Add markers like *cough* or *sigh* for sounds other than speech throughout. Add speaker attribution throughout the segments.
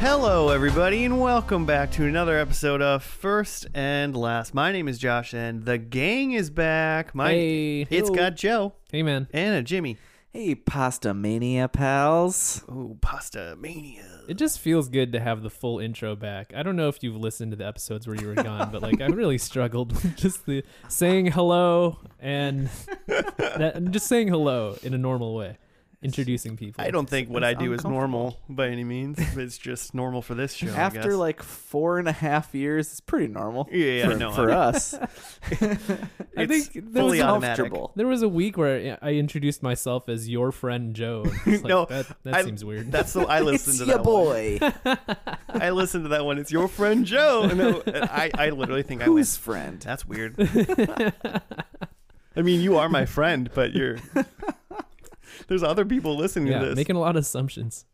Speaker 1: Hello, everybody, and welcome back to another episode of First and Last. My name is Josh, and the gang is back. My
Speaker 2: Hey.
Speaker 1: it's
Speaker 2: Hello.
Speaker 1: got Joe
Speaker 2: Hey, man.
Speaker 1: and a Jimmy.
Speaker 3: Hey, Pasta Mania pals.
Speaker 1: Oh, pasta mania!
Speaker 2: It just feels good to have the full intro back. I don't know if you've listened to the episodes where you were gone, but like I really struggled *laughs* with just the saying hello and
Speaker 1: *laughs*
Speaker 2: that, and just saying hello in a normal way, introducing people.
Speaker 1: I don't think what I
Speaker 3: It's
Speaker 1: do is normal by any means. *laughs* It's just normal for this show. I
Speaker 3: After
Speaker 1: guess.
Speaker 3: like four and a half years, it's pretty normal.
Speaker 1: Yeah, yeah,
Speaker 3: for,
Speaker 1: no,
Speaker 3: for
Speaker 1: I- *laughs*
Speaker 3: us,
Speaker 2: I
Speaker 1: It's
Speaker 2: think there was,
Speaker 1: fully
Speaker 2: a,
Speaker 1: automatic.
Speaker 3: comfortable.
Speaker 2: there was a week where I I introduced myself as your friend
Speaker 1: *laughs*
Speaker 2: Joe. and it's like,
Speaker 1: No,
Speaker 2: that, that
Speaker 1: I-
Speaker 2: seems weird.
Speaker 1: That's the
Speaker 3: *laughs*
Speaker 1: I listened to
Speaker 3: It's your
Speaker 1: that one. *laughs*
Speaker 3: boy.
Speaker 1: I listened to that one. It's your friend
Speaker 3: *laughs*
Speaker 1: Joe. No, I I literally think I went.
Speaker 3: Who's friend?
Speaker 1: That's
Speaker 3: *laughs*
Speaker 1: weird. I mean, you are my friend, but
Speaker 3: *laughs*
Speaker 1: you're. There's other people listening
Speaker 2: yeah,
Speaker 1: to this.
Speaker 2: making a lot of
Speaker 1: *laughs*
Speaker 2: assumptions.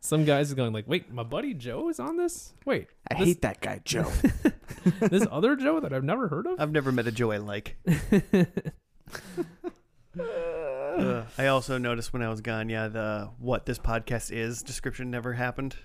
Speaker 2: Some guys are going like, "Wait, my buddy Joe is on this? Wait,
Speaker 3: I
Speaker 2: this,
Speaker 3: hate that
Speaker 1: *laughs*
Speaker 3: guy, Joe.
Speaker 2: this other Joe that I've never heard of."
Speaker 1: I've never met a Joe I
Speaker 3: *laughs*
Speaker 1: like. Ugh. I also noticed when I was gone, yeah, the what this podcast is description never happened.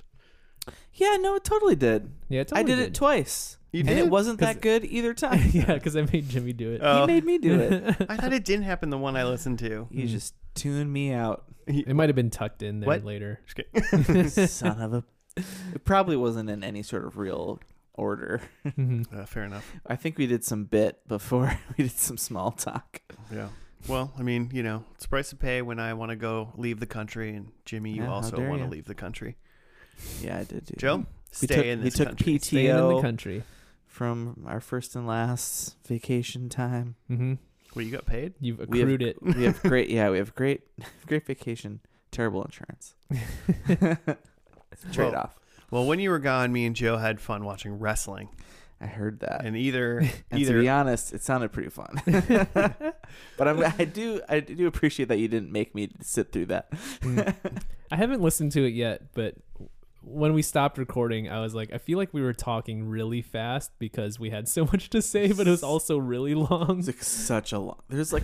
Speaker 3: yeah, no, it totally did.
Speaker 2: Yeah, it
Speaker 3: I
Speaker 2: totally
Speaker 3: did, it twice,
Speaker 1: You
Speaker 3: and
Speaker 1: did?
Speaker 3: it wasn't
Speaker 2: 'Cause-
Speaker 3: that good
Speaker 1: *laughs*
Speaker 3: either time.
Speaker 2: *laughs* yeah, because I made Jimmy do it.
Speaker 1: Oh.
Speaker 3: He made me do it.
Speaker 1: I thought it didn't happen. The one I listened to.
Speaker 3: you just tuned me
Speaker 1: *laughs*
Speaker 3: out,
Speaker 2: *laughs* it might have been tucked in there
Speaker 1: What?
Speaker 3: *laughs*
Speaker 2: later.
Speaker 1: Just kidding.
Speaker 3: son of a. *laughs* It probably wasn't in any sort of real order.
Speaker 2: Mhm.
Speaker 1: Uh, fair enough.
Speaker 3: I think we did some bit before *laughs* we did some small talk.
Speaker 1: Yeah. Well, I mean, you know, it's a price to pay when I want to go leave the country, and Jimmy, you
Speaker 3: Yeah, how
Speaker 1: also
Speaker 3: dare
Speaker 1: want to
Speaker 3: you.
Speaker 1: leave the country.
Speaker 3: Yeah, I did. Do
Speaker 1: Joe,
Speaker 3: that.
Speaker 1: stay
Speaker 3: we took,
Speaker 1: in
Speaker 3: we
Speaker 1: this
Speaker 3: took
Speaker 1: country.
Speaker 3: PTO.
Speaker 2: Staying in the country.
Speaker 3: from our first and last vacation
Speaker 1: *laughs*
Speaker 3: time.
Speaker 2: hmm
Speaker 1: Well, you got paid.
Speaker 2: You've
Speaker 3: We have-
Speaker 2: accrued it.
Speaker 3: We have great, yeah, we have great, *laughs* great vacation. Terrible insurance.
Speaker 1: *laughs*
Speaker 3: *laughs* Trade off.
Speaker 1: Well, when you were gone, me and Joe had fun watching wrestling,
Speaker 3: I heard that. Uh, *laughs* And,
Speaker 1: and either
Speaker 3: to be
Speaker 1: either
Speaker 3: honest, it sounded
Speaker 1: *laughs*
Speaker 3: pretty fun. *laughs* but I'm, I do, I do appreciate that you didn't make me sit through that.
Speaker 2: I haven't listened to it yet, but when we stopped recording, I was like, I feel like we were talking really fast because we had so *laughs* much to say, but it was also really long. *laughs*
Speaker 3: It's like such a long.
Speaker 1: *laughs*
Speaker 3: There's like,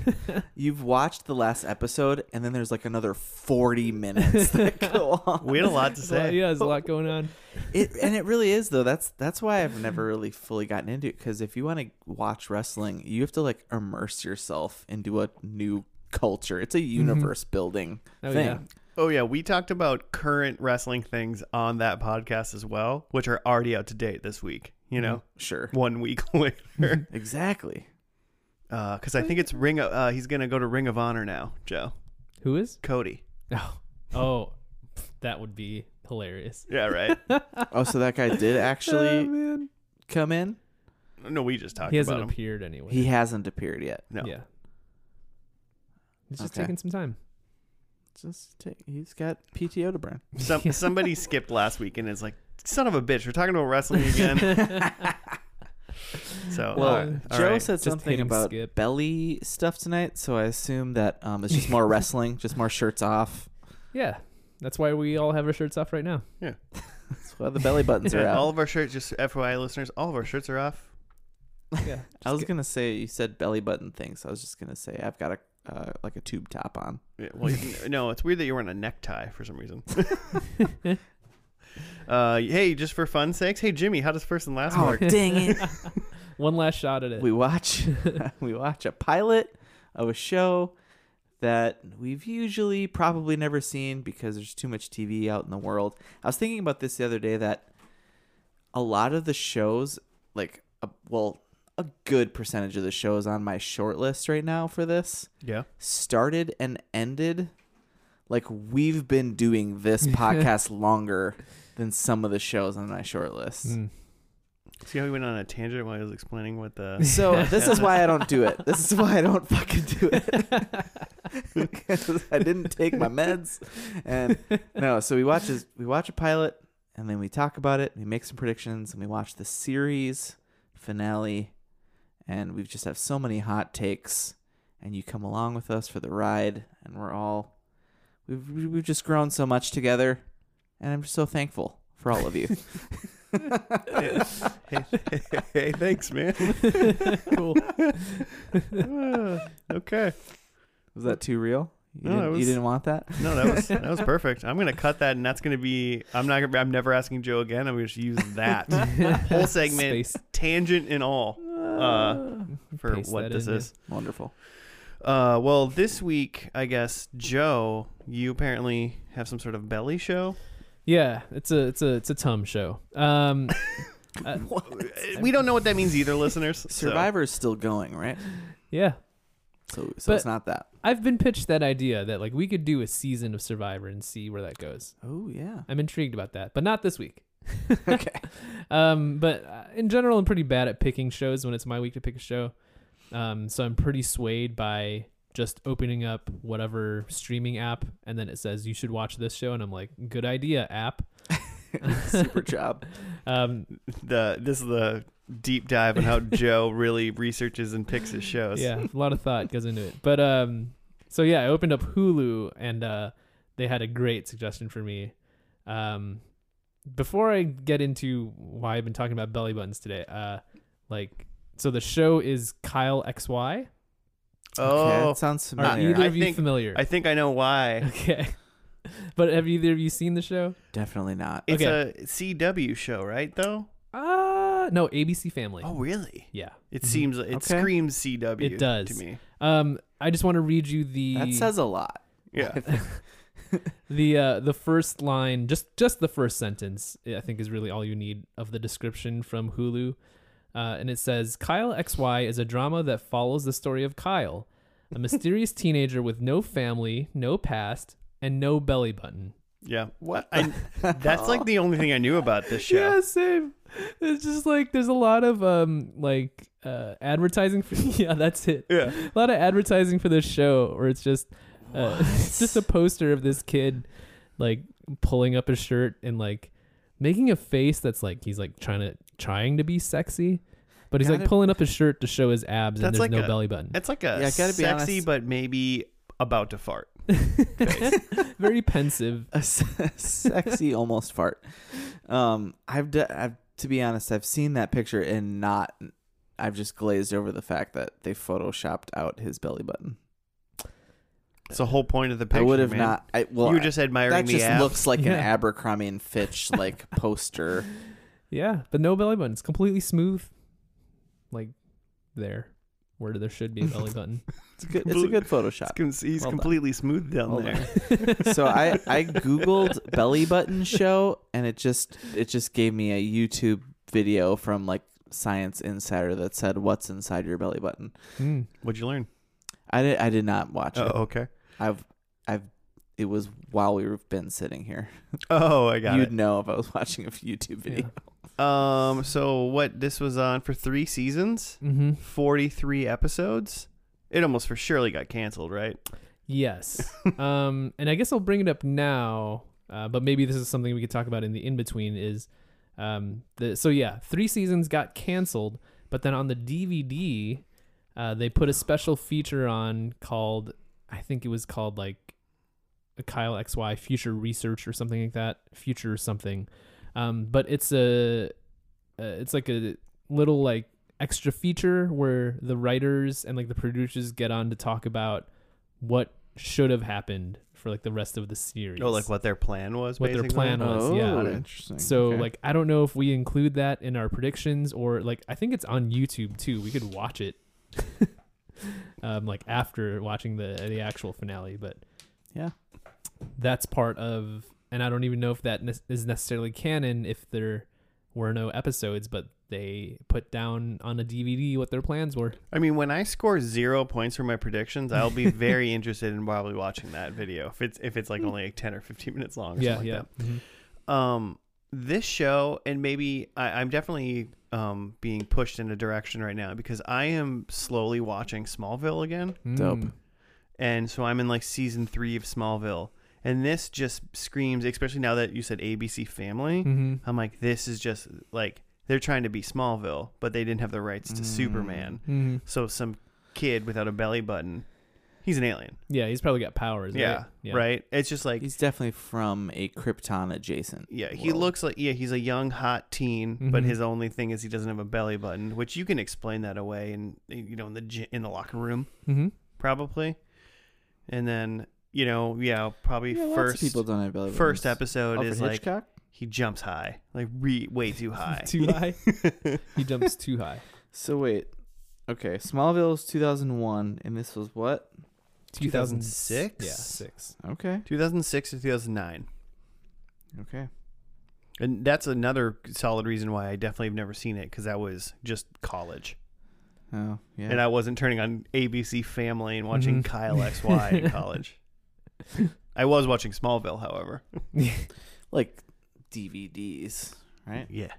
Speaker 3: you've watched the last episode, and then there's like another 40 minutes that
Speaker 1: *laughs*
Speaker 3: go on.
Speaker 1: we had a lot
Speaker 3: *laughs*
Speaker 1: to
Speaker 2: It's a lot-
Speaker 1: say.
Speaker 2: yeah, there's
Speaker 1: *laughs*
Speaker 2: a lot going on.
Speaker 3: it and it really is though. That's that's why I've never really fully gotten into it because if you want to watch wrestling, you have to like immerse yourself into a new culture. It's a universe building
Speaker 2: Oh,
Speaker 3: thing.
Speaker 2: yeah.
Speaker 1: Mm-hmm. Oh yeah, we talked about current wrestling things on that podcast as well, which are already out to date this week. You know,
Speaker 3: Sure,
Speaker 1: one week *laughs*
Speaker 3: Mm-hmm.
Speaker 1: later,
Speaker 3: exactly.
Speaker 1: because I think it's Ring. Of, uh, he's gonna go to Ring of Honor now, Joe
Speaker 2: Who is?
Speaker 1: Cody.
Speaker 2: Oh, oh, *laughs* that would be hilarious.
Speaker 1: Yeah, right.
Speaker 3: Oh, so that guy did
Speaker 2: Oh,
Speaker 1: Um,
Speaker 3: actually
Speaker 2: man.
Speaker 3: come in.
Speaker 1: *laughs* no, we just talked
Speaker 2: He hasn't
Speaker 1: about him.
Speaker 2: appeared anyway.
Speaker 3: He hasn't appeared yet.
Speaker 1: no.
Speaker 2: Yeah. He's just
Speaker 3: Okay.
Speaker 2: taking some time.
Speaker 3: *laughs* Just take, he's got PTO to burn.
Speaker 1: Some, somebody skipped last week and is like, "Son of a bitch, we're talking about wrestling
Speaker 2: *laughs*
Speaker 1: again." so,
Speaker 3: Well,
Speaker 1: all
Speaker 3: *laughs*
Speaker 1: right, all
Speaker 3: Joe
Speaker 1: right.
Speaker 3: said
Speaker 2: Just hit
Speaker 3: something
Speaker 2: him
Speaker 3: about
Speaker 2: skip.
Speaker 3: belly stuff tonight, so I assume that um, it's
Speaker 1: *laughs*
Speaker 3: just more wrestling, just more shirts off.
Speaker 2: Yeah. That's why we all have our shirts off
Speaker 1: *laughs*
Speaker 2: right now.
Speaker 3: That's why the belly buttons are
Speaker 1: Yeah,
Speaker 3: out.
Speaker 1: all of our shirts, just FYI listeners, all of our shirts are off.
Speaker 2: Yeah.
Speaker 3: I was gonna say you said belly button thing, so I was just gonna say I've got a uh, like a tube top on.
Speaker 1: Yeah, well, n- no, it's weird that you're wearing a necktie for some
Speaker 2: *laughs*
Speaker 1: reason. *laughs* uh, hey, just for fun's sakes, hey Jimmy, how does first and last
Speaker 2: Oh.
Speaker 1: work?
Speaker 3: dang it!
Speaker 2: One last shot at it.
Speaker 3: *laughs* we *laughs* watch we watch a pilot of a show that we've usually probably never seen because there's too much TV out in the world. I was thinking about this the other day that a lot of the shows, like a, well, a good percentage of the shows on my short list right now for this
Speaker 1: Yeah,
Speaker 3: started and ended like we've been doing this podcast longer than some of the shows on my short list.
Speaker 2: *laughs* Mm.
Speaker 1: see how he went on a tangent while he was explaining what
Speaker 2: *laughs*
Speaker 1: the. *laughs*
Speaker 3: So this is why I don't do it. This is why I don't fucking do it. 'Cause *laughs* I didn't take my meds, and no. So we watch this, we watch a pilot, and then we talk about it. We make some predictions, and we watch the series finale, and we just have so many hot takes. And you come along with us for the ride, and we're all we've we've just grown so much together, and I'm just so thankful for all
Speaker 1: *laughs*
Speaker 3: of you.
Speaker 1: hey, hey, thanks, man.
Speaker 2: *laughs* cool. *laughs*
Speaker 1: *laughs* okay, Ah,
Speaker 3: Was that too real?
Speaker 1: No,
Speaker 3: You, didn't,
Speaker 1: it
Speaker 3: you
Speaker 1: was-
Speaker 3: didn't want that?
Speaker 1: No, that was that was perfect. I'm gonna cut that, and that's gonna be. I'm not. gonna. I'm never asking Joe again. I'm gonna just use that
Speaker 2: *laughs*
Speaker 1: whole segment,
Speaker 2: Space.
Speaker 1: tangent and all, Uh, for
Speaker 2: Paste
Speaker 1: what
Speaker 2: that
Speaker 1: this
Speaker 2: in, yeah.
Speaker 1: is. *laughs*
Speaker 3: Wonderful.
Speaker 1: Uh, well, this week, I guess Joe, you apparently have some sort of belly show.
Speaker 2: Yeah, it's a it's a it's a Tom show. Um,
Speaker 1: *laughs* Uh, We don't know what that means either,
Speaker 3: *laughs*
Speaker 1: listeners. so-
Speaker 3: Survivor is still going, right?
Speaker 2: yeah,
Speaker 3: So, so it's
Speaker 2: But-
Speaker 3: not that.
Speaker 2: I've been pitched that idea that like we could do a season of Survivor and see where that goes.
Speaker 3: Oh yeah.
Speaker 2: I'm intrigued about that, but not this week.
Speaker 3: *laughs* okay.
Speaker 2: Um, but uh, in general, I'm pretty bad at picking shows when it's my week to pick a show. Um, so I'm pretty swayed by just opening up whatever streaming app, and then it says you should watch this show, and I'm like, good idea, app.
Speaker 3: Super job.
Speaker 2: Um,
Speaker 1: the this is the deep dive on how
Speaker 3: *laughs*
Speaker 1: Joe really researches and picks his shows.
Speaker 2: yeah, a lot of thought goes into it. But um, so yeah, I opened up Hulu, and uh, they had a great suggestion for me. Um, before I get into why I've been talking about belly buttons today, uh, like, so the show is Kyle X Y.
Speaker 1: Oh,
Speaker 3: *laughs* okay, that sounds
Speaker 2: Are
Speaker 1: Not-
Speaker 3: familiar.
Speaker 2: either
Speaker 1: I
Speaker 2: of you
Speaker 1: think-
Speaker 2: familiar?
Speaker 1: I think I know
Speaker 3: *laughs*
Speaker 1: why.
Speaker 2: *laughs* okay. But have either of you seen the show?
Speaker 3: Definitely not.
Speaker 1: It's a CW show, right? Though.
Speaker 2: Uh no, ABC Family.
Speaker 1: Oh, really?
Speaker 2: Yeah.
Speaker 1: It seems it
Speaker 3: Mm-hmm. Okay.
Speaker 1: screams CW.
Speaker 2: It does.
Speaker 1: to me.
Speaker 2: Um I just want to read you the
Speaker 3: That says a lot. *laughs*
Speaker 1: Yeah.
Speaker 2: the uh the first line, just just the first sentence, I think is really all you need of the description from Hulu. Uh, and it says Kyle XY is a drama that follows the story of Kyle,
Speaker 1: *laughs*
Speaker 2: a mysterious teenager with no family, no past, and no belly button.
Speaker 1: Yeah. What? I, *laughs* that's like the only thing I knew about this show.
Speaker 2: Yeah, same. It's just like there's a lot of um like uh advertising for *laughs* yeah, that's it.
Speaker 1: Yeah.
Speaker 2: A lot of advertising for this show where it's just uh, *laughs* it's just a poster of this kid like pulling up his shirt and like making a face that's like he's like trying to trying to be sexy, but he's
Speaker 3: Got
Speaker 2: like
Speaker 3: it.
Speaker 2: pulling up his shirt to show his abs and
Speaker 1: That's like
Speaker 2: there's no
Speaker 1: a-
Speaker 2: belly button.
Speaker 1: It's like a
Speaker 3: Yeah, I gotta be
Speaker 1: sexy
Speaker 3: honest.
Speaker 1: but maybe about to fart.
Speaker 2: *laughs* Very pensive.
Speaker 3: *laughs* a s- sexy almost fart. Um, I've, d- I've to be honest, I've seen that picture and not. I've just glazed over the fact that they photoshopped out his belly button.
Speaker 1: It's the whole point of the picture.
Speaker 3: I would have
Speaker 1: man.
Speaker 3: not. I, well,
Speaker 1: you were just admiring
Speaker 3: that
Speaker 1: the
Speaker 3: just
Speaker 1: abs.
Speaker 3: looks like an
Speaker 2: Yeah.
Speaker 3: Abercrombie and Fitch like poster.
Speaker 2: Yeah, but no belly button. It's completely smooth. Like there. Where there should be a belly
Speaker 1: *laughs*
Speaker 2: button. *laughs*
Speaker 3: It's good. It's a good Photoshop.
Speaker 1: Con- He's
Speaker 3: Well done.
Speaker 1: completely smooth down
Speaker 3: Well
Speaker 1: there.
Speaker 3: done. so I I googled belly button show and it just it just gave me a YouTube video from like Science Insider that said what's inside your belly button.
Speaker 2: Mm.
Speaker 1: What'd you learn?
Speaker 3: I did I did not watch it.
Speaker 1: Oh, okay.
Speaker 3: I've I've it was while we've been sitting here.
Speaker 1: Oh, I got
Speaker 3: You'd know if I was watching a YouTube video.
Speaker 1: it. Um, so what? This was on for three seasons,
Speaker 2: Mm-hmm.
Speaker 1: forty-three episodes. It almost for surely got canceled, right? *laughs*
Speaker 2: Yes. um, and I guess I'll bring it up now, uh, but maybe this is something we could talk about in the in between. Is um, the so yeah, three seasons got canceled, but then on the DVD, uh, they put a special feature on called I think it was called like a Kyle XY Future Research or something like that, Future something. Um, but it's a uh, it's like a little like extra feature where the writers and like the producers get on to talk about what should have happened for like the rest of the series.
Speaker 1: Oh, like what their plan was.
Speaker 2: What their
Speaker 1: basically? Oh.
Speaker 2: plan was. yeah.
Speaker 3: interesting.
Speaker 2: So
Speaker 3: Okay.
Speaker 2: like I don't know if we include that in our predictions or like I think it's on YouTube too. We could watch it. *laughs* um like after watching the the actual finale, but
Speaker 3: Yeah.
Speaker 2: that's part of and I don't even know if that ne- is necessarily canon if there were no episodes, but they put down on a DVD what their plans were.
Speaker 1: I mean, when I score zero points for my predictions, I'll be very interested in probably watching that video if it's if it's like only like ten or fifteen minutes long. Or
Speaker 2: yeah,
Speaker 1: something
Speaker 2: yeah. Mm-hmm.
Speaker 1: Like that. Um, this show, and maybe I, I'm definitely um being pushed in a direction right now because I am slowly watching Smallville again,
Speaker 2: Mhm.
Speaker 3: Dope.
Speaker 2: Mm.
Speaker 1: and so I'm in like season three of Smallville, and this just screams, especially now that you said ABC
Speaker 3: Mm.
Speaker 1: Family.
Speaker 2: Mhm.
Speaker 1: I'm like, this is just like they're trying to be Smallville, but they didn't have the rights to
Speaker 3: Mm.
Speaker 1: Superman.
Speaker 2: Mhm.
Speaker 1: So some kid without a belly button, he's an alien.
Speaker 2: Yeah, he's probably got powers.
Speaker 1: Yeah,
Speaker 2: right? yeah,
Speaker 1: right. It's just like
Speaker 3: He's definitely from a Krypton adjacent.
Speaker 1: yeah, he
Speaker 3: world.
Speaker 1: looks like yeah, he's a young hot teen, but
Speaker 3: Mm-hmm.
Speaker 2: Mhm.
Speaker 1: his only thing is he doesn't have a belly button, which you can explain that
Speaker 2: Mm-hmm.
Speaker 1: away, and you know in the gy- in the locker room
Speaker 2: Mhm.
Speaker 1: probably, and then you know, yeah, probably
Speaker 3: Yeah, lots of
Speaker 1: first
Speaker 3: people don't have belly
Speaker 1: first
Speaker 3: buttons.
Speaker 1: episode
Speaker 3: Alfred
Speaker 1: is like
Speaker 3: Hitchcock?
Speaker 1: he jumps high, like re- way
Speaker 3: *laughs*
Speaker 1: too high.
Speaker 2: *laughs* too high.
Speaker 1: *laughs*
Speaker 2: he jumps too high.
Speaker 3: So wait, okay. Smallville is 2001, and this was what?
Speaker 1: 2006?
Speaker 2: Yeah, six.
Speaker 3: Okay,
Speaker 1: 2006 to 2009.
Speaker 3: okay.
Speaker 1: And that's another solid reason why I definitely have never seen it because that was just college.
Speaker 3: Oh yeah. Mm-hmm.
Speaker 1: And I wasn't turning on ABC Family and watching
Speaker 2: Mhm.
Speaker 1: Kyle XY in
Speaker 3: *laughs*
Speaker 1: college. I was watching Smallville, however.
Speaker 3: like DVDs, right?
Speaker 1: Yeah.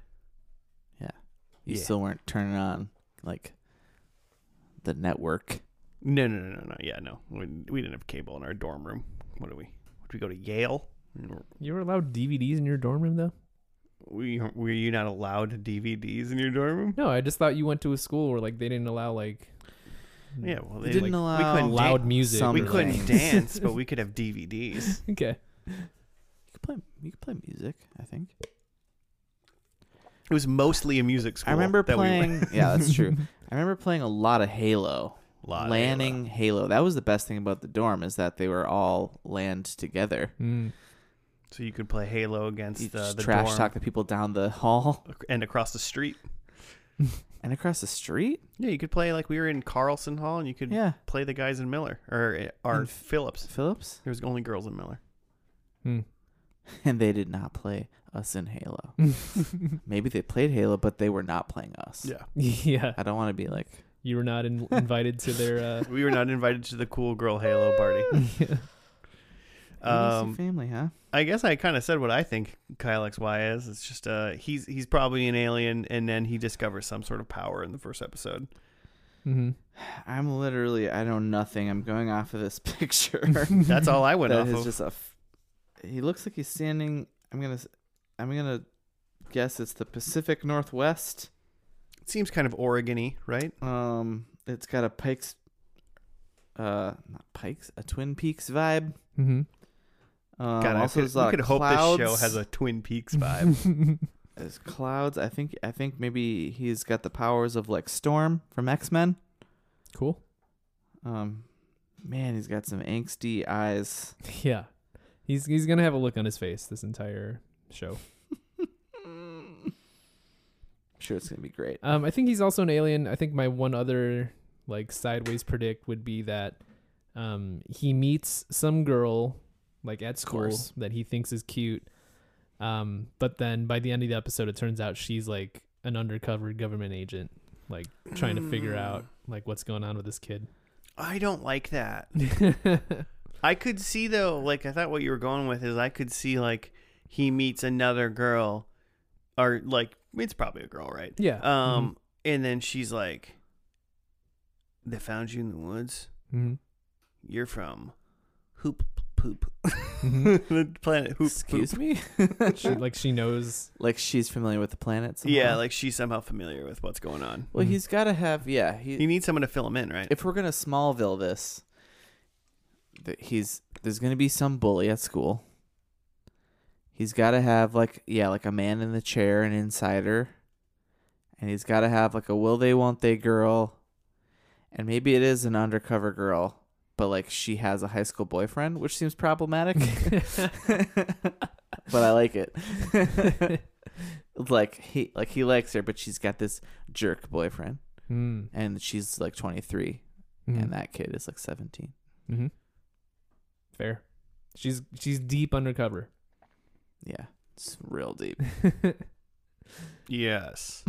Speaker 3: You
Speaker 1: Yeah.
Speaker 3: still weren't turning on like the network.
Speaker 1: No, no, no, no, no. Yeah, no. We, we didn't have cable in our dorm room. What do we? Did we go to Yale?
Speaker 2: You were allowed DVDs in your dorm room though?
Speaker 1: We, were you not allowed DVDs in your dorm room?
Speaker 2: No, I just thought you went to a school where like they didn't allow like
Speaker 1: Yeah, well,
Speaker 3: They didn't
Speaker 1: like,
Speaker 3: allow
Speaker 1: we couldn't
Speaker 2: loud
Speaker 1: dan-
Speaker 2: music.
Speaker 3: some
Speaker 1: We
Speaker 2: or,
Speaker 1: couldn't
Speaker 3: *laughs* things.
Speaker 1: dance, but we could have DVDs.
Speaker 2: Okay.
Speaker 3: You could play. You could play music. I think.
Speaker 1: It was mostly a music school.
Speaker 3: I remember
Speaker 1: that we *laughs* went-
Speaker 3: playing. yeah, that's true. I remember playing a lot of Halo.
Speaker 1: Lot of
Speaker 3: Lanning Halo. That was the best thing about the dorm is that they were all land together.
Speaker 2: Mm.
Speaker 1: So you could play Halo
Speaker 3: You
Speaker 1: against uh,
Speaker 3: just
Speaker 1: the
Speaker 3: trash
Speaker 1: dorm
Speaker 3: talk the people down the
Speaker 1: *laughs*
Speaker 3: hall
Speaker 1: and across the street.
Speaker 3: and across the street.
Speaker 1: Yeah, you could play like we were in Carlson Hall, and you could
Speaker 3: Yeah,
Speaker 1: play the guys in Miller or or
Speaker 3: In-
Speaker 1: Phillips.
Speaker 3: Phillips. *laughs*
Speaker 1: There was only girls in Miller.
Speaker 2: Mm.
Speaker 3: And they did not play us
Speaker 1: *laughs*
Speaker 3: in Halo. Maybe they played Halo, but they were not playing us.
Speaker 2: *laughs* yeah.
Speaker 3: I don't want to be like
Speaker 2: You were not *laughs* in- invited to *laughs* their
Speaker 1: we were not invited to the cool girl Halo party.
Speaker 3: *laughs*
Speaker 2: uh yeah.
Speaker 3: "Oh,
Speaker 1: Um,
Speaker 3: it's a family, huh?
Speaker 1: I guess I kind of said what I think Kyle XY is. It's just uh, he's he's probably an alien, and then he discovers some sort of power in the first
Speaker 3: *laughs*
Speaker 1: episode.
Speaker 2: hmm
Speaker 3: I'm literally I know nothing. I'm going off of this *laughs* picture.
Speaker 1: That's all I *laughs* went
Speaker 3: that
Speaker 1: off
Speaker 3: is
Speaker 1: of.
Speaker 3: just a. F- he looks like he's standing. I'm gonna. s- I'm gonna guess it's the Pacific Northwest.
Speaker 1: Seems kind of Oregon-y, right?
Speaker 3: Um, it's got a Pikes. Uh, not Pikes, a Twin Peaks vibe.
Speaker 2: hmm *laughs*
Speaker 3: Um,
Speaker 1: God, I
Speaker 3: also,
Speaker 1: could-
Speaker 3: there's a lot
Speaker 1: we could
Speaker 3: of
Speaker 1: hope
Speaker 3: clouds.
Speaker 1: this show has a Twin Peaks vibe.
Speaker 2: *laughs*
Speaker 3: There's clouds. I think. I think maybe he's got the powers of like Storm from X Men.
Speaker 2: cool.
Speaker 3: Um, man, he's got some angsty eyes.
Speaker 2: Yeah. He's he's gonna have a look on his face this entire show.
Speaker 3: I'm sure it's gonna be great.
Speaker 2: Um, I think he's also an alien. I think my one other like sideways predict would be that um, he meets some girl like at school
Speaker 3: course.
Speaker 2: that he thinks is cute. Um, but then by the end of the episode, it turns out she's like an undercover government agent, like trying to figure out
Speaker 3: Mm.
Speaker 2: like what's going on with this
Speaker 3: *laughs*
Speaker 2: kid.
Speaker 1: I don't like that. I could see though, like I thought what you were going with is I could see like he meets another girl or like it's probably a girl, right?
Speaker 2: yeah. Mm-hmm.
Speaker 1: Um and then she's like They found you in the woods.
Speaker 2: Mhm.
Speaker 1: You're from Hoop Poop.
Speaker 2: Mhm.
Speaker 1: *laughs* the planet Hoop
Speaker 3: Excuse
Speaker 1: Poop.
Speaker 3: me. *laughs*
Speaker 2: she, like she knows.
Speaker 3: like she's familiar with the planet. Somehow.
Speaker 1: Yeah, like mm-hmm. she's somehow familiar with what's going on.
Speaker 3: well,
Speaker 2: Mhm.
Speaker 3: he's got to have. Yeah, he.
Speaker 1: You need someone to fill him in, right?
Speaker 3: if we're gonna Smallville this, that he's there's gonna be some bully at school. He's got to have like yeah, like a man in the chair, an insider, and he's got to have like a will they won't they girl, and maybe it is an undercover girl, but like she has a high school boyfriend, which seems problematic. *laughs* but I like it. *laughs* like he like he likes her, but she's got this jerk boyfriend,
Speaker 2: Mm.
Speaker 3: and she's like twenty three
Speaker 2: Mhm.
Speaker 3: and that kid is like 17.
Speaker 2: Mm-hmm. Fair. She's she's deep
Speaker 3: *laughs*
Speaker 2: undercover. *laughs*
Speaker 3: Yeah, it's real *laughs* deep.
Speaker 1: Yes.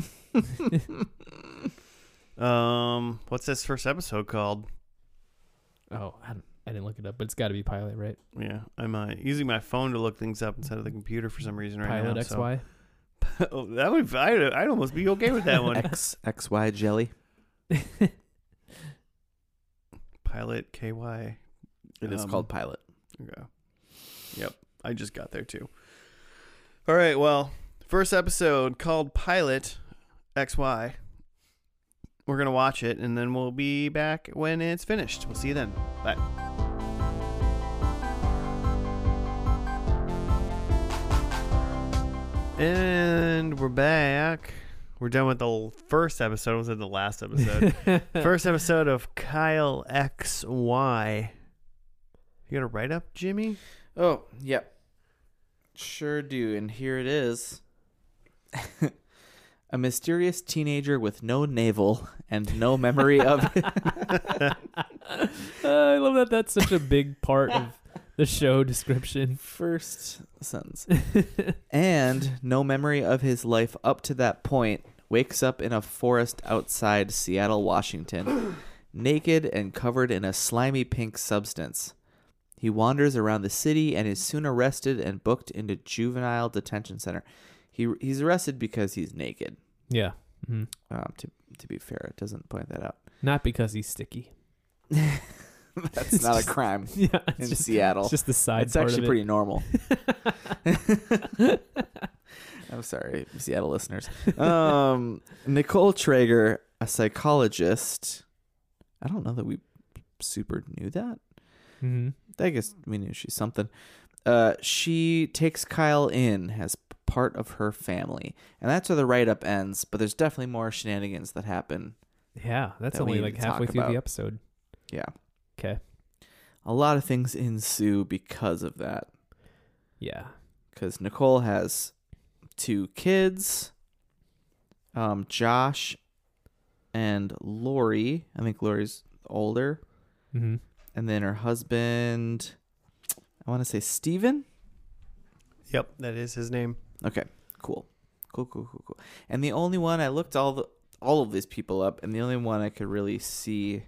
Speaker 1: um what's this first episode called?
Speaker 2: oh, I, don't- I didn't look it up, but it's got to be Pilot, right?
Speaker 1: Yeah, I'm uh, using my phone to look things up instead of the computer for some reason right
Speaker 2: Pilot
Speaker 1: now.
Speaker 2: X
Speaker 1: so-
Speaker 2: Y.
Speaker 1: *laughs* oh, that would I'd, I'd almost be okay with that
Speaker 2: *laughs*
Speaker 1: one.
Speaker 3: X X Y jelly.
Speaker 1: Pilot KY.
Speaker 3: It is
Speaker 1: Um,
Speaker 3: called pilot.
Speaker 1: Okay. Yep, I just got there too. All right, well, first episode called Pilot XY. We're going to watch it and then we'll be back when it's finished. We'll see you then. Bye. And we're back. We're done with the l- first episode. I was at the last
Speaker 2: *laughs*
Speaker 3: *laughs*
Speaker 1: episode. first episode of Kyle XY. You got a write up, Jimmy?
Speaker 3: Oh, yep. Sure do. And here it is. *laughs* a mysterious teenager with no navel and no memory of it.
Speaker 2: Uh, I love that. That's such a big part of the show description.
Speaker 3: First
Speaker 2: *laughs*
Speaker 3: sentence. and no memory of his life up to that point. Wakes up in a forest outside
Speaker 2: *clears throat*
Speaker 3: Seattle, Washington, naked and covered in a slimy pink substance. He wanders around the city and is soon arrested and booked into juvenile detention center. He he's arrested because he's naked.
Speaker 2: Yeah. Mhm.
Speaker 3: Um, to to be fair, it doesn't point that out. *laughs*
Speaker 2: Not because he's sticky. *laughs*
Speaker 3: That's not a crime
Speaker 2: Yeah. It's
Speaker 3: in
Speaker 2: just,
Speaker 3: Seattle.
Speaker 2: it's just the side
Speaker 3: It's
Speaker 2: part
Speaker 3: actually
Speaker 2: of it.
Speaker 3: pretty *laughs* normal.
Speaker 2: *laughs*
Speaker 3: I'm Oh, sorry, Seattle listeners. Um, Nicole Traeger, a psychologist. I don't know that we super knew that.
Speaker 2: Mhm.
Speaker 3: I guess we knew she's something. Uh, she takes Kyle in as part of her family, and that's where the write up ends. But there's definitely more shenanigans that happen.
Speaker 2: Yeah, that's
Speaker 3: that we
Speaker 2: only
Speaker 3: need
Speaker 2: like
Speaker 3: to talk
Speaker 2: halfway through
Speaker 3: about.
Speaker 2: the episode.
Speaker 3: Yeah,
Speaker 2: Okay.
Speaker 3: a lot of things ensue because of that.
Speaker 2: Yeah.
Speaker 3: because Nicole has two kids, um, Josh and Lori. I think Lori's older,
Speaker 2: Mm-hmm.
Speaker 3: and then her husband. I want to say Steven.
Speaker 1: Yep, that is his name.
Speaker 3: Okay, cool, cool, cool, cool, cool. And the only one I looked all the all of these people up, and the only one I could really see,